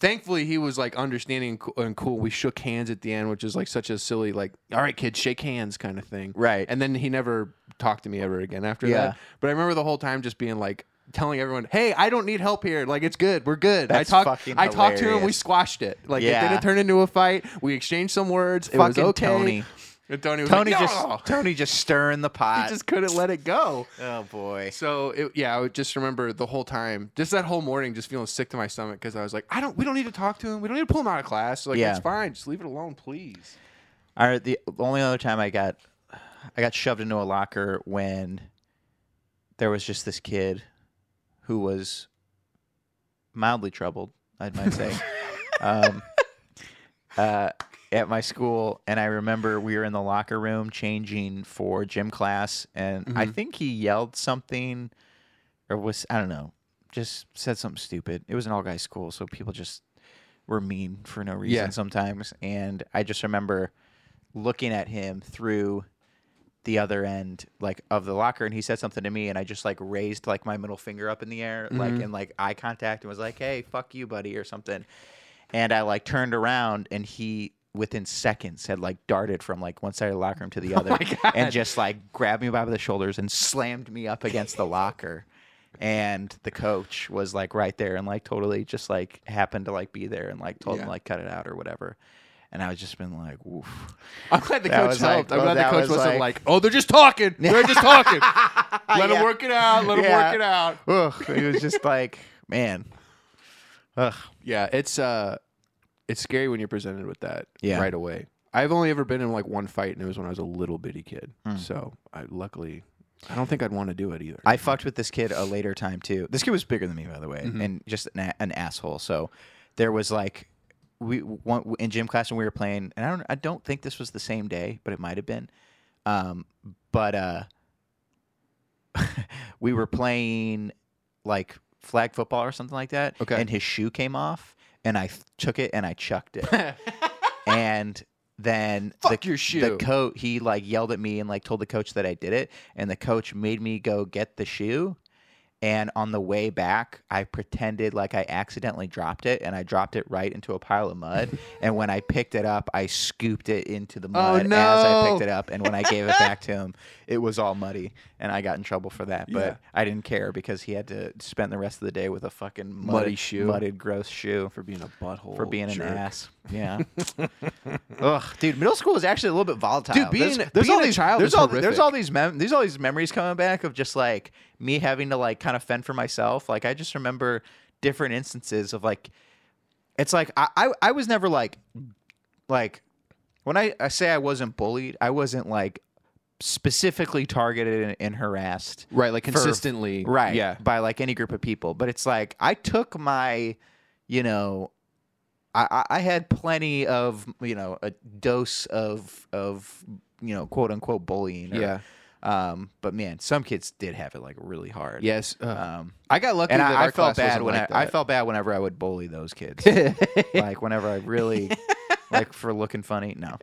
Speaker 1: thankfully, he was like understanding and cool- and cool. We shook hands at the end, which is like such a silly, like, "All right, kids, shake hands" kind of thing.
Speaker 2: Right.
Speaker 1: And then he never talked to me ever again after
Speaker 2: Yeah.
Speaker 1: that. But I remember the whole time just being like. Telling everyone, "Hey, I don't need help here. Like it's good. We're good."
Speaker 2: That's
Speaker 1: I talked.
Speaker 2: fucking
Speaker 1: I talked to him. We
Speaker 2: hilarious.
Speaker 1: squashed it. Like it
Speaker 2: Yeah.
Speaker 1: didn't turn into a fight. We exchanged some words. It was
Speaker 2: Fucking
Speaker 1: okay.
Speaker 2: Tony.
Speaker 1: And Tony was
Speaker 2: Tony
Speaker 1: like, "No!"
Speaker 2: just Tony just stirring the pot.
Speaker 1: I just couldn't let it go.
Speaker 2: oh boy.
Speaker 1: So it, yeah, I would just remember the whole time, just that whole morning, just feeling sick to my stomach because I was like, I don't, we don't need to talk to him. We don't need to pull him out of class. Like
Speaker 2: Yeah.
Speaker 1: it's fine, just leave it alone, please.
Speaker 2: All right. The only other time I got, I got shoved into a locker when there was just this kid who was mildly troubled, I might say, um, uh, at my school. And I remember we were in the locker room changing for gym class, and I think he yelled something, or was I don't know, just said something stupid. It was an all guy school, so people just were mean for no reason
Speaker 1: Yeah.
Speaker 2: sometimes. And I just remember looking at him through the other end like of the locker and he said something to me and I just like raised like my middle finger up in the air like in like eye contact and was like hey fuck you buddy or something and I like turned around and he within seconds had like darted from like one side of the locker room to the other and just like grabbed me by the shoulders and slammed me up against the locker and the coach was like right there and like totally just like happened to like be there and like told
Speaker 1: Yeah.
Speaker 2: him like cut it out or whatever and I was just been like, woof.
Speaker 1: I'm glad the
Speaker 2: That
Speaker 1: coach
Speaker 2: was like-
Speaker 1: helped. I'm
Speaker 2: well,
Speaker 1: glad the
Speaker 2: that
Speaker 1: coach
Speaker 2: was
Speaker 1: wasn't
Speaker 2: like-
Speaker 1: like, "Oh, they're just talking. They're just talking. Let
Speaker 2: Yeah.
Speaker 1: them work it out. Let them
Speaker 2: Yeah.
Speaker 1: work it out."
Speaker 2: Ugh, it was just like, man, ugh.
Speaker 1: Yeah, it's uh, it's scary when you're presented with that
Speaker 2: Yeah.
Speaker 1: right away. I've only ever been in like one fight, and it was when I was a little bitty kid. So I luckily, I don't think I'd want to do it either.
Speaker 2: I fucked with this kid a later time too. This kid was bigger than me, by the way, and just an, a- an asshole. So there was like we one, in gym class when we were playing, and I don't I don't think this was the same day, but it might have been. Um, but uh, we were playing like flag football or something like that.
Speaker 1: Okay.
Speaker 2: and his shoe came off, and I took it and I chucked it and then
Speaker 1: Fuck
Speaker 2: the,
Speaker 1: your
Speaker 2: The
Speaker 1: shoe.
Speaker 2: coach he like yelled at me and like told the coach that I did it, and the coach made me go get the shoe. And on the way back, I pretended like I accidentally dropped it, and I dropped it right into a pile of mud. and when I picked it up, I scooped it into the mud as I
Speaker 1: Oh, no.
Speaker 2: picked it up. And when I gave it back to him, it was all muddy, and I got in trouble for that. But
Speaker 1: Yeah.
Speaker 2: I didn't care because he had to spend the rest of the day with a fucking muddy,
Speaker 1: Muddy shoe.
Speaker 2: mudded, gross shoe
Speaker 1: for being a butthole,
Speaker 2: for being
Speaker 1: jerk.
Speaker 2: an ass. Yeah. Ugh, dude, middle school is actually a little bit volatile.
Speaker 1: Dude, being-
Speaker 2: there's,
Speaker 1: being
Speaker 2: all
Speaker 1: a
Speaker 2: these,
Speaker 1: child
Speaker 2: there's
Speaker 1: is
Speaker 2: all there's
Speaker 1: horrific.
Speaker 2: all these mem- there's all these memories coming back of just like me having to like kind of fend for myself. Like I just remember different instances of like it's like I I, I was never like like when I, I say I wasn't bullied, I wasn't like specifically targeted and, and harassed
Speaker 1: Right, like
Speaker 2: for-
Speaker 1: consistently.
Speaker 2: right
Speaker 1: Yeah.
Speaker 2: by like any group of people but it's like i took my you know i i I had plenty of you know a dose of of you know quote unquote bullying or-
Speaker 1: Yeah.
Speaker 2: um but man some kids did have it like really hard
Speaker 1: Yes. uh,
Speaker 2: um
Speaker 1: I got lucky
Speaker 2: and
Speaker 1: that
Speaker 2: I,
Speaker 1: our
Speaker 2: I felt
Speaker 1: class
Speaker 2: bad
Speaker 1: wasn't
Speaker 2: when
Speaker 1: like
Speaker 2: I, I
Speaker 1: that.
Speaker 2: felt bad whenever I would bully those kids. like whenever I really like for looking funny. No,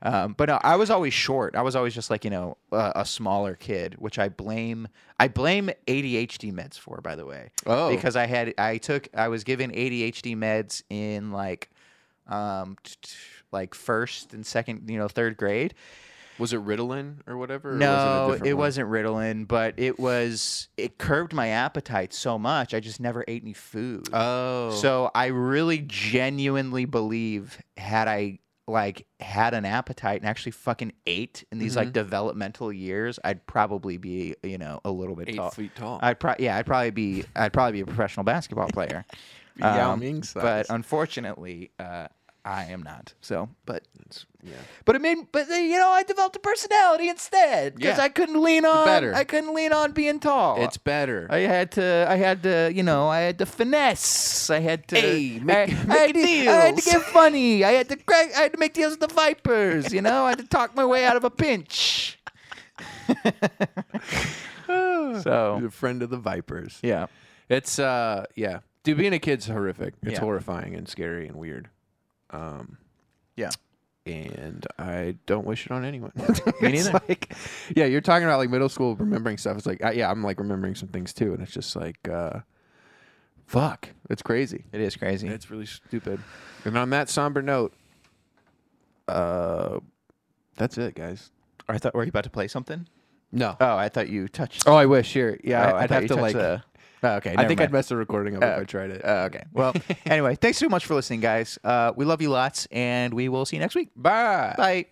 Speaker 2: um, but no, I was always short. I was always just like you know a, a smaller kid, which I blame I blame ADHD meds for, by the way.
Speaker 1: Oh.
Speaker 2: because I had I took I was given ADHD meds in like um t- t- like first and second you know third grade
Speaker 1: was it Ritalin or whatever? or
Speaker 2: no,
Speaker 1: was it, a different one?
Speaker 2: wasn't Ritalin, but it was it curbed my appetite so much. I just never ate any food.
Speaker 1: Oh,
Speaker 2: So I really genuinely believe had I like had an appetite and actually fucking ate in these
Speaker 1: Mm-hmm.
Speaker 2: like developmental years, I'd probably be, you know, a little bit
Speaker 1: eight
Speaker 2: tall.
Speaker 1: feet tall.
Speaker 2: I'd pro- yeah, I'd probably be I'd probably be a professional basketball player. Um,
Speaker 1: Yao Ming size.
Speaker 2: but unfortunately, uh, I am not. So, but
Speaker 1: yeah.
Speaker 2: but it made, but then, you know, I developed a personality instead because
Speaker 1: Yeah.
Speaker 2: I couldn't lean on.
Speaker 1: better.
Speaker 2: I couldn't lean on being tall.
Speaker 1: It's better.
Speaker 2: I had to, I had to, you know, I had to finesse. I had to,
Speaker 1: Hey, make-
Speaker 2: I, I had
Speaker 1: make
Speaker 2: to, I had to
Speaker 1: deals.
Speaker 2: get funny. I had to, crack, I had to make deals with the Vipers. You know, I had to talk my way out of a pinch.
Speaker 1: You're
Speaker 2: so
Speaker 1: a friend of the Vipers.
Speaker 2: yeah,
Speaker 1: It's uh yeah. Dude, being a kid's horrific. It's
Speaker 2: Yeah.
Speaker 1: horrifying and scary and weird. Um
Speaker 2: yeah,
Speaker 1: and I don't wish it on anyone.
Speaker 2: Me
Speaker 1: It's
Speaker 2: neither.
Speaker 1: Like, yeah, you're talking about like middle school remembering stuff. It's like, I, yeah, I'm like remembering some things too, and it's just like, uh, fuck, it's crazy.
Speaker 2: it is crazy.
Speaker 1: It's really stupid. And on that somber note, uh, that's it, guys.
Speaker 2: I thought were you about to play something?
Speaker 1: No.
Speaker 2: Oh, I thought you touched.
Speaker 1: Oh, I wish. Sure. Yeah,
Speaker 2: I
Speaker 1: I'd
Speaker 2: thought
Speaker 1: have
Speaker 2: you
Speaker 1: to
Speaker 2: touched
Speaker 1: like.
Speaker 2: the- oh, okay.
Speaker 1: I
Speaker 2: never
Speaker 1: think
Speaker 2: mind.
Speaker 1: I'd mess the recording up if
Speaker 2: Oh.
Speaker 1: I tried it.
Speaker 2: Uh, okay. Well, anyway, thanks so much for listening, guys. Uh, we love you lots, and we will see you next week.
Speaker 1: Bye.
Speaker 2: Bye.